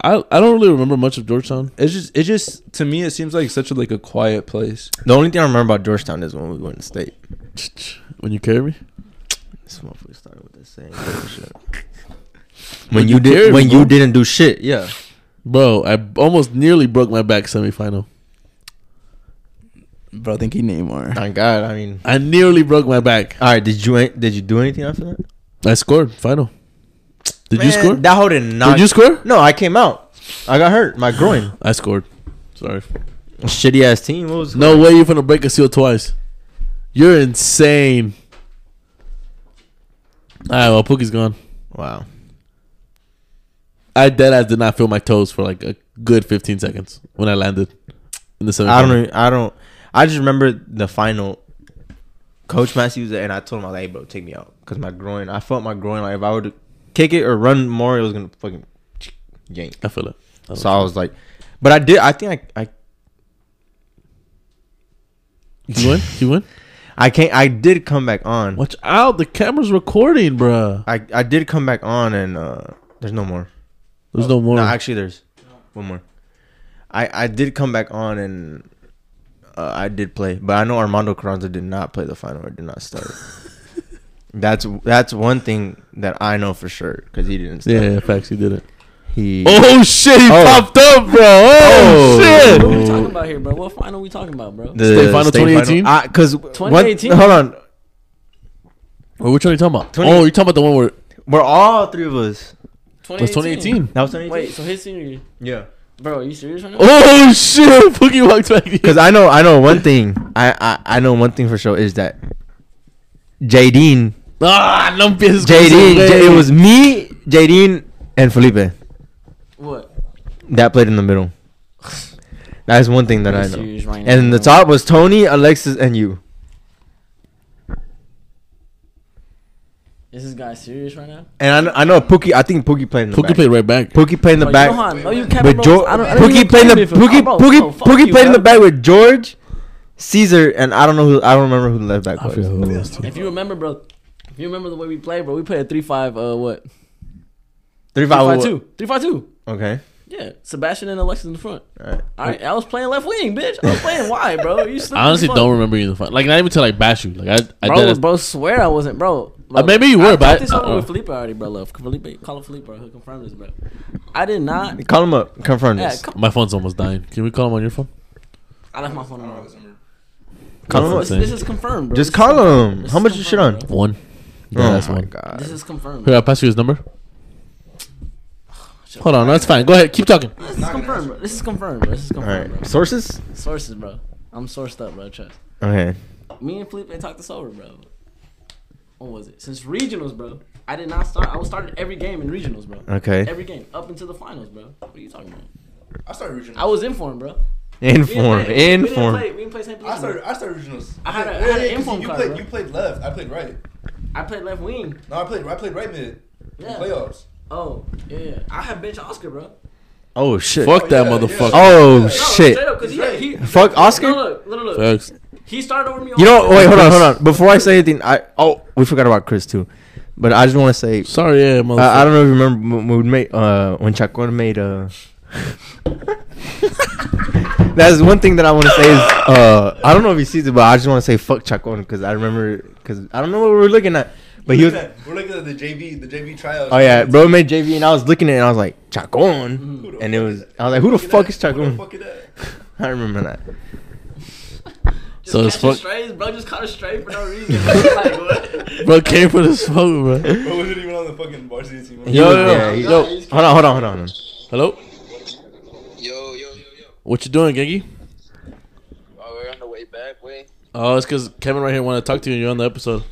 Speaker 3: I I don't really remember much of Georgetown.
Speaker 1: It's just it just to me it seems like such a like a quiet place.
Speaker 2: The only thing I remember about Georgetown is when we went to state.
Speaker 3: When you carry me,
Speaker 2: This motherfucker started with the same bullshit. When you did,
Speaker 3: carry
Speaker 2: when
Speaker 3: me,
Speaker 2: you
Speaker 3: bro.
Speaker 2: didn't do shit, yeah.
Speaker 3: bro, I almost nearly broke my back semifinal.
Speaker 4: Bro, I think he Neymar.
Speaker 2: Thank God. I mean,
Speaker 3: I nearly broke my back.
Speaker 2: all right. Did you did you do anything after that?
Speaker 3: I scored final. Did you
Speaker 2: Man,
Speaker 3: score?
Speaker 2: That whole did not.
Speaker 3: Did you score?
Speaker 2: No, I came out. I got hurt. My groin.
Speaker 3: I scored. Sorry.
Speaker 2: Shitty ass team. What was
Speaker 3: No way you're gonna break a seal twice. You're insane. Alright, well Pookie's gone.
Speaker 2: Wow.
Speaker 3: I dead ass did not feel my toes for like a good fifteen seconds when I landed in the semifinal.
Speaker 2: I don't. even- I don't. I just remember the final. Coach Massey was there, and I told him, I was like, "Hey, bro, take me out," because my groin. I felt my groin. Like if I would kick it or run more, it was gonna fucking yank.
Speaker 3: I feel it. I don't
Speaker 2: So I was like, but I did. I think I I,
Speaker 3: Did you win? Did you win?
Speaker 2: I can't. I did come back on.
Speaker 3: Watch out, the camera's recording, bruh.
Speaker 2: I I did come back on, and uh there's no more.
Speaker 3: There's no more.
Speaker 2: No, actually, there's one more. I I did come back on, and uh, I did play, but I know Armando Carranza did not play the final or did not start. that's that's one thing that I know for sure because he didn't.
Speaker 3: yeah,
Speaker 2: Start.
Speaker 3: yeah, facts, you did it.
Speaker 2: He.
Speaker 3: Oh shit, he
Speaker 2: Oh.
Speaker 3: popped up, bro. Oh,
Speaker 2: Oh.
Speaker 3: shit.
Speaker 5: What are we talking about here, bro? What final we talking about, bro?
Speaker 2: The
Speaker 3: State final 2018?
Speaker 2: Because
Speaker 5: 2018?
Speaker 2: hold on,
Speaker 3: Wait, which one are you talking about?
Speaker 2: 20
Speaker 3: Oh, you're talking about the one where it
Speaker 2: we're all three of us.
Speaker 3: was 2018.
Speaker 2: That was 2018.
Speaker 5: Wait, so his senior year.
Speaker 2: yeah.
Speaker 5: Bro, are you serious right now?
Speaker 3: Oh shit, Pookie walked back. in.
Speaker 2: Because I know, I know one thing. I, I, I know one thing for sure is that Jadeen,
Speaker 3: Ah, Lumpy is
Speaker 2: Jadeen,
Speaker 3: going
Speaker 2: J- it
Speaker 3: away.
Speaker 2: was me, Jadeen, and Felipe
Speaker 5: What?
Speaker 2: that played in the middle. That's one thing that
Speaker 5: Are you
Speaker 2: I know.
Speaker 5: serious right
Speaker 2: And
Speaker 5: now?
Speaker 2: the top was Tony, Alexis, and you.
Speaker 5: Is this guy serious right now?
Speaker 2: And I know, I know Pookie. I think Pookie played in the
Speaker 3: Pookie
Speaker 2: back.
Speaker 3: played right back.
Speaker 2: Pookie played in the
Speaker 5: Bro,
Speaker 2: back.
Speaker 5: Johan, no, Oh, you can't.
Speaker 2: with
Speaker 5: bro.
Speaker 2: George,
Speaker 5: I don't- I don't
Speaker 2: Pookie
Speaker 5: even
Speaker 2: played in the
Speaker 5: care if you-
Speaker 2: Pookie,
Speaker 5: Oh, bro,
Speaker 2: Pookie,
Speaker 5: bro, fuck
Speaker 2: Pookie
Speaker 5: you,
Speaker 2: played in the
Speaker 5: bro.
Speaker 2: back with George, Caesar, and I don't know who. I don't remember who the left back
Speaker 3: I forget
Speaker 2: was.
Speaker 3: who it was. too.
Speaker 5: If you remember, bro, if you remember the way we played, bro, we played a three-five. Uh, what?
Speaker 2: Three five two.
Speaker 5: Three-five-two. Three-five-two.
Speaker 2: Okay.
Speaker 5: Yeah, Sebastian and Alexis in the front.
Speaker 2: All right.
Speaker 5: All right, I was playing left wing, bitch. I was playing wide, bro. You stupid
Speaker 3: I honestly
Speaker 5: as fuck.
Speaker 3: don't remember you in the final. Like not even to like bash you. Like I, I
Speaker 5: Bro,
Speaker 3: did.
Speaker 5: bro, swear I wasn't, bro. bro
Speaker 3: Uh, maybe you were,
Speaker 5: I
Speaker 3: but I-
Speaker 5: talked this over
Speaker 3: uh-uh.
Speaker 5: with Felipe already, bro. Love Felipe, call him Felipe, bro. He'll confirm this, bro. I did not.
Speaker 2: Call him up. Confirm
Speaker 5: Yeah,
Speaker 2: this.
Speaker 5: come,
Speaker 3: My phone's almost dying. Can we call him on your phone?
Speaker 5: I left my phone on.
Speaker 2: Call him
Speaker 3: That's
Speaker 2: up.
Speaker 5: This, this is confirmed, bro.
Speaker 2: Just
Speaker 5: This is
Speaker 2: call
Speaker 5: confirmed.
Speaker 2: him.
Speaker 5: This
Speaker 2: How
Speaker 5: is
Speaker 2: much is shit
Speaker 5: confirmed,
Speaker 2: on?
Speaker 5: bro.
Speaker 3: One.
Speaker 2: Oh
Speaker 3: Yeah, that's one.
Speaker 2: god.
Speaker 5: This is confirmed.
Speaker 3: Here,
Speaker 5: Bro.
Speaker 3: I'll pass you his number. Hold on, that's fine. Go ahead, keep talking.
Speaker 5: This is confirmed, bro. This is confirmed, bro. This is
Speaker 2: All
Speaker 5: confirmed,
Speaker 2: right.
Speaker 5: bro.
Speaker 2: Sources?
Speaker 5: Sources, bro. I'm sourced up, bro. Trust.
Speaker 2: Okay.
Speaker 5: Me and Felipe talked this over, bro. What was it? Since regionals, bro. I did not start. I was starting every game in regionals, bro.
Speaker 2: Okay.
Speaker 5: Every game up until the finals, bro. What are you talking about?
Speaker 1: I started regionals.
Speaker 5: I was in form, bro. We didn't
Speaker 2: Inform.
Speaker 5: play- We didn't
Speaker 2: Inform.
Speaker 5: play, we didn't play same position. bro.
Speaker 1: I started regionals.
Speaker 5: I had a- I had an
Speaker 1: Yeah, 'cause
Speaker 5: inform
Speaker 1: you
Speaker 5: card,
Speaker 1: played,
Speaker 5: bro.
Speaker 1: you played left. I played right.
Speaker 5: I played left wing.
Speaker 1: No, I played. I played right mid. in
Speaker 5: Yeah.
Speaker 1: Playoffs.
Speaker 5: Oh, yeah, yeah. I had bench Oscar, bro.
Speaker 2: Oh shit.
Speaker 3: Fuck that
Speaker 1: yeah, yeah.
Speaker 3: motherfucker.
Speaker 1: No,
Speaker 2: Oh
Speaker 5: No,
Speaker 2: shit.
Speaker 5: straight up, 'cause he,
Speaker 1: He's right.
Speaker 5: he,
Speaker 2: Fuck Oscar?
Speaker 5: No, look, look, look, look.
Speaker 3: Facts.
Speaker 5: He started over me.
Speaker 2: You know,
Speaker 5: on-
Speaker 2: wait, hold on, hold
Speaker 3: Chris.
Speaker 2: on. Before I say anything, I oh, we forgot about Chris too. But I just want to say
Speaker 3: Sorry, yeah, motherfucker.
Speaker 2: I, I don't know if you remember when we made uh when Chacon made uh That's one thing that I want to say is uh I don't know if he sees it, but I just want to say fuck Chacon because I remember because I don't know what we were looking at, but he was
Speaker 1: We're looking at- we're looking at the JV, the JV tryouts.
Speaker 2: oh yeah, bro made JV and I was looking at it and I was like Chacon,
Speaker 5: Mhm.
Speaker 1: Who the
Speaker 2: and it
Speaker 1: fuck
Speaker 2: was
Speaker 1: is that?
Speaker 2: I was like who the fuck is
Speaker 1: Who the
Speaker 2: Chacon?
Speaker 1: fuck is that?
Speaker 2: I remember that.
Speaker 5: Just
Speaker 3: So it's
Speaker 5: catching
Speaker 3: fuck-
Speaker 5: strays, bro. Just caught a stray for no reason. like, what?
Speaker 3: bro, came for this phone, bro.
Speaker 1: Bro wasn't even on the fucking varsity team.
Speaker 2: He
Speaker 3: Yo,
Speaker 2: was
Speaker 3: yo,
Speaker 2: there. He-
Speaker 3: yo.
Speaker 2: Hold on, hold on, hold on. hold on.
Speaker 3: Hello,
Speaker 6: Yo, yo, yo, yo.
Speaker 3: what you doing, Gengi?
Speaker 6: Oh, we're on the way back. Wait,
Speaker 3: Oh, it's because Kevin right here wanted to talk to you. and You're on the episode.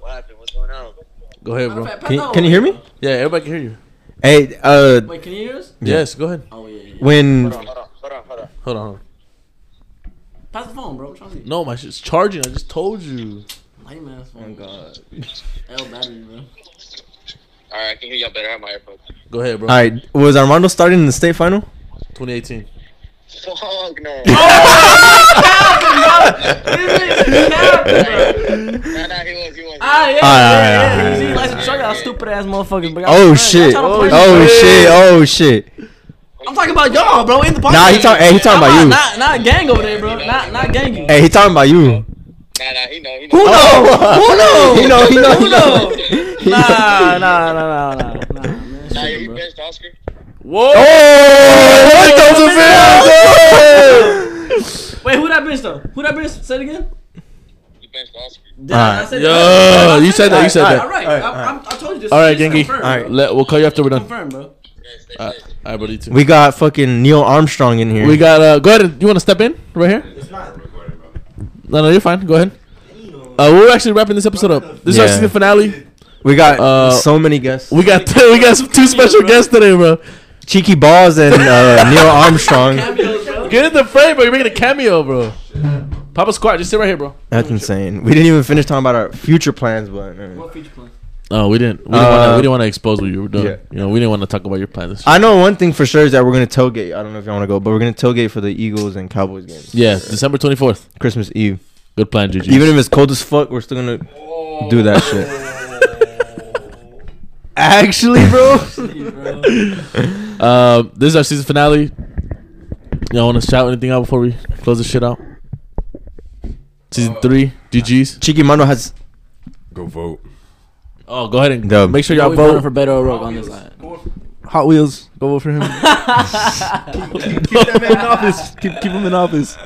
Speaker 6: what happened? What's going on?
Speaker 3: Go ahead,
Speaker 5: Matter
Speaker 3: bro.
Speaker 5: of fact, pass
Speaker 2: Can
Speaker 5: that
Speaker 2: you, can you
Speaker 5: over.
Speaker 2: hear me?
Speaker 3: Yeah, everybody can hear you.
Speaker 2: Hey, uh,
Speaker 5: Wait, can you hear us?
Speaker 2: Yeah.
Speaker 3: Yes, go ahead.
Speaker 5: Oh yeah. yeah.
Speaker 2: when
Speaker 6: Hold on, hold on, hold on.
Speaker 3: Hold on. hold on.
Speaker 5: Pass the phone, bro. I'm trying to see.
Speaker 3: No, my shit's charging. I just told you.
Speaker 5: Lame ass phone.
Speaker 2: God.
Speaker 5: L battery, bro.
Speaker 6: All right, I can hear y'all better. I have my AirPods.
Speaker 3: Go ahead, bro.
Speaker 2: All right, was Armando starting in the state final?
Speaker 3: 2018.
Speaker 6: Fuck no.
Speaker 7: Oh!
Speaker 2: Oh,
Speaker 5: This nigga capping, bro.
Speaker 6: nah, nah, he was, he was.
Speaker 5: Ah yeah,
Speaker 2: Alright,
Speaker 5: yeah,
Speaker 2: alright,
Speaker 5: yeah.
Speaker 2: alright,
Speaker 5: You see, like some truck out stupid ass motherfuckers. bro. Y'all
Speaker 2: Oh
Speaker 5: trying-
Speaker 2: shit!
Speaker 5: y'all trying to
Speaker 2: Oh
Speaker 5: play me, bro.
Speaker 2: shit! Oh shit!
Speaker 5: I'm talking about y'all, bro, in the podcast.
Speaker 2: Nah, he talk- hey, he talking
Speaker 5: I'm
Speaker 2: about you.
Speaker 5: Not, not, not gang over there, bro. Not not gang.
Speaker 2: Hey, he talking about you. Oh.
Speaker 6: Nah, nah, he know. He
Speaker 5: Who
Speaker 6: know.
Speaker 5: know?
Speaker 2: He know, he know,
Speaker 5: Who
Speaker 2: he
Speaker 5: know?
Speaker 2: know.
Speaker 5: Who know? Nah, nah, nah, nah, nah, nah, man.
Speaker 6: Nah,
Speaker 5: shut
Speaker 6: he
Speaker 5: it, bro.
Speaker 6: benched Oscar.
Speaker 2: Oh,
Speaker 5: Whoa! Wait, who that bitch though? Who that bitch? Say it again.
Speaker 6: He benched Oscar.
Speaker 5: Did I not
Speaker 2: Alright.
Speaker 5: say that?
Speaker 3: Yo,
Speaker 5: Did I
Speaker 3: you
Speaker 5: say
Speaker 3: said that. You said
Speaker 5: All
Speaker 3: that.
Speaker 5: right,
Speaker 2: Alright,
Speaker 5: I,
Speaker 2: alright.
Speaker 5: I'm- I told you this.
Speaker 3: All right,
Speaker 5: shit is
Speaker 3: Genki.
Speaker 5: confirmed,
Speaker 2: All right,
Speaker 5: bro.
Speaker 3: Let, we'll call you after we're done.
Speaker 5: Confirmed, bro.
Speaker 6: Yes, yes,
Speaker 3: All right,
Speaker 6: yes.
Speaker 3: all right buddy. Too.
Speaker 2: We got fucking Neil Armstrong in here.
Speaker 3: We got. Uh, go ahead. And, you want to step in right here? No, no, you're fine. Go ahead. Uh, we're actually wrapping this episode up. This is our
Speaker 2: Yeah.
Speaker 3: season finale.
Speaker 2: we got
Speaker 3: Uh,
Speaker 2: so many guests.
Speaker 3: We got we got some two special guests today, bro.
Speaker 2: Cheeky Balls and uh, Neil Armstrong.
Speaker 5: Cameos, bro.
Speaker 3: Get in the frame, bro. You're making a cameo, bro. Papa Squad, just sit right here, bro.
Speaker 2: That's insane. We didn't even finish talking about our future plans, but uh,
Speaker 5: What feature plan?
Speaker 3: No, Oh, we didn't. We
Speaker 2: didn't wanna- we
Speaker 3: didn't
Speaker 2: didn't
Speaker 3: want to expose what you were doing.
Speaker 2: Yeah.
Speaker 3: You know, we didn't want to talk about your plans.
Speaker 2: I know one thing for sure is that we're gonna tailgate. I don't know if y'all want to go, but we're gonna tailgate for the Eagles and Cowboys games.
Speaker 3: yeah, December 24th.
Speaker 2: Christmas Eve.
Speaker 3: Good plan, Gigi.
Speaker 2: Even if it's cold as fuck, we're still gonna do that shit. Actually, bro.
Speaker 3: Um, this is our season finale. Y'all want to shout anything out before we close this shit out? Season three, GG's.
Speaker 2: Cheeky Mano has
Speaker 7: Go vote.
Speaker 3: Oh, go ahead and
Speaker 2: Dub.
Speaker 3: make sure
Speaker 5: Y'all
Speaker 3: y'all
Speaker 5: we voting
Speaker 3: vote.
Speaker 5: for Beto O'Rourke on this line.
Speaker 4: Hot Wheels. Go vote for him.
Speaker 1: Keep that man in office. Keep, keep him in office.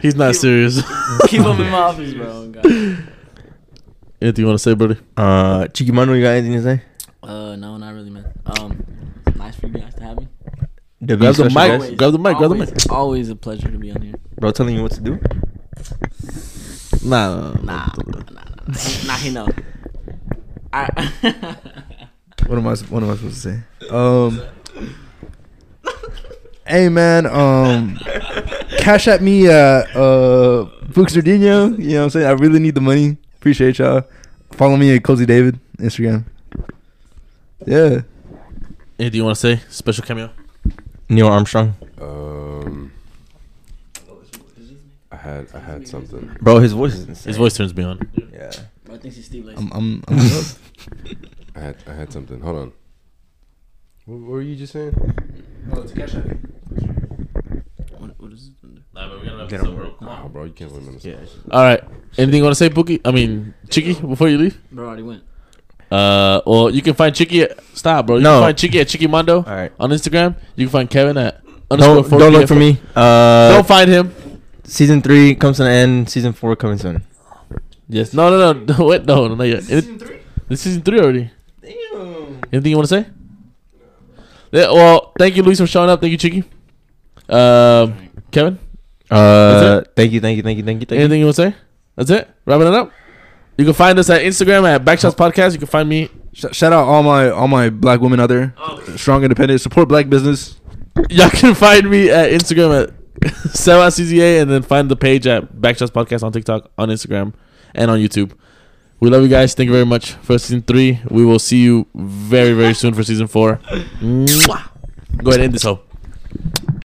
Speaker 3: He's not serious.
Speaker 5: Keep him in my office, bro. God.
Speaker 3: anything you want to say, buddy?
Speaker 2: uh Cheeky Mano. You got anything to say?
Speaker 5: Uh, no, not really, man. Um, nice for you guys to have me.
Speaker 3: Grab the mic.
Speaker 5: guest.
Speaker 3: Grab the mic. Grab the mic.
Speaker 5: Always, always a pleasure to be on here.
Speaker 2: bro. Telling you what to do.
Speaker 3: Nah, nah, nah.
Speaker 5: Nah, nah, nah, nah, nah. He- nah, he know. I.
Speaker 1: What am I? What am I supposed to say? Um. hey man, um, cash at me at uh Buxardino. You know what I'm saying? I really need the money. Appreciate y'all. Follow me at Cozy David Instagram. Yeah.
Speaker 3: Anything you want to say? Special cameo.
Speaker 2: Neil Armstrong,
Speaker 7: Um, I had I had something.
Speaker 2: bro. His voice is insane.
Speaker 3: His voice turns me on.
Speaker 2: Yeah.
Speaker 5: Bro, I think he's Steve Lacy.
Speaker 1: I'm. I'm. I'm up.
Speaker 7: I had I had something. Hold on. What, what were you just saying?
Speaker 5: What, what is it?
Speaker 7: Oh, bro, you can't remember. Yeah.
Speaker 3: All right. Anything you want to say, Pookie? I mean, Chicky, before you leave?
Speaker 5: Bro, I already went.
Speaker 3: Uh, or you can find Chicky. At, stop, bro. You
Speaker 2: No.
Speaker 3: can find Chicky at Chicky Mondo
Speaker 2: right.
Speaker 3: on Instagram. You can find Kevin at
Speaker 2: Don't,
Speaker 3: underscore
Speaker 2: don't
Speaker 3: 4PFL.
Speaker 2: look for me. Uh,
Speaker 3: Don't find him.
Speaker 2: season three comes to an end. Season four coming soon.
Speaker 3: Yes. No, no, no. no wait, no, no, not yet. It, this season three already.
Speaker 5: Damn.
Speaker 3: Anything you want to say? Yeah, well, thank you, Luis, for showing up. Thank you, Chicky. Um, Kevin,
Speaker 2: Uh,
Speaker 3: That's
Speaker 2: thank you, thank you, thank you, thank you, thank you.
Speaker 3: anything you want to say? That's it. Wrapping it up. You can find us at Instagram at Backshots Podcast. You can find me.
Speaker 1: Sh- shout out all my all my black women out there. Strong, independent, support black business.
Speaker 3: Y'all can find me at Instagram at CZA and then find the page at Backshots Podcast on TikTok, on Instagram, and on YouTube. We love you guys. Thank you very much for season three. We will see you very, very soon for season four. Mwah. Go ahead and end this whole.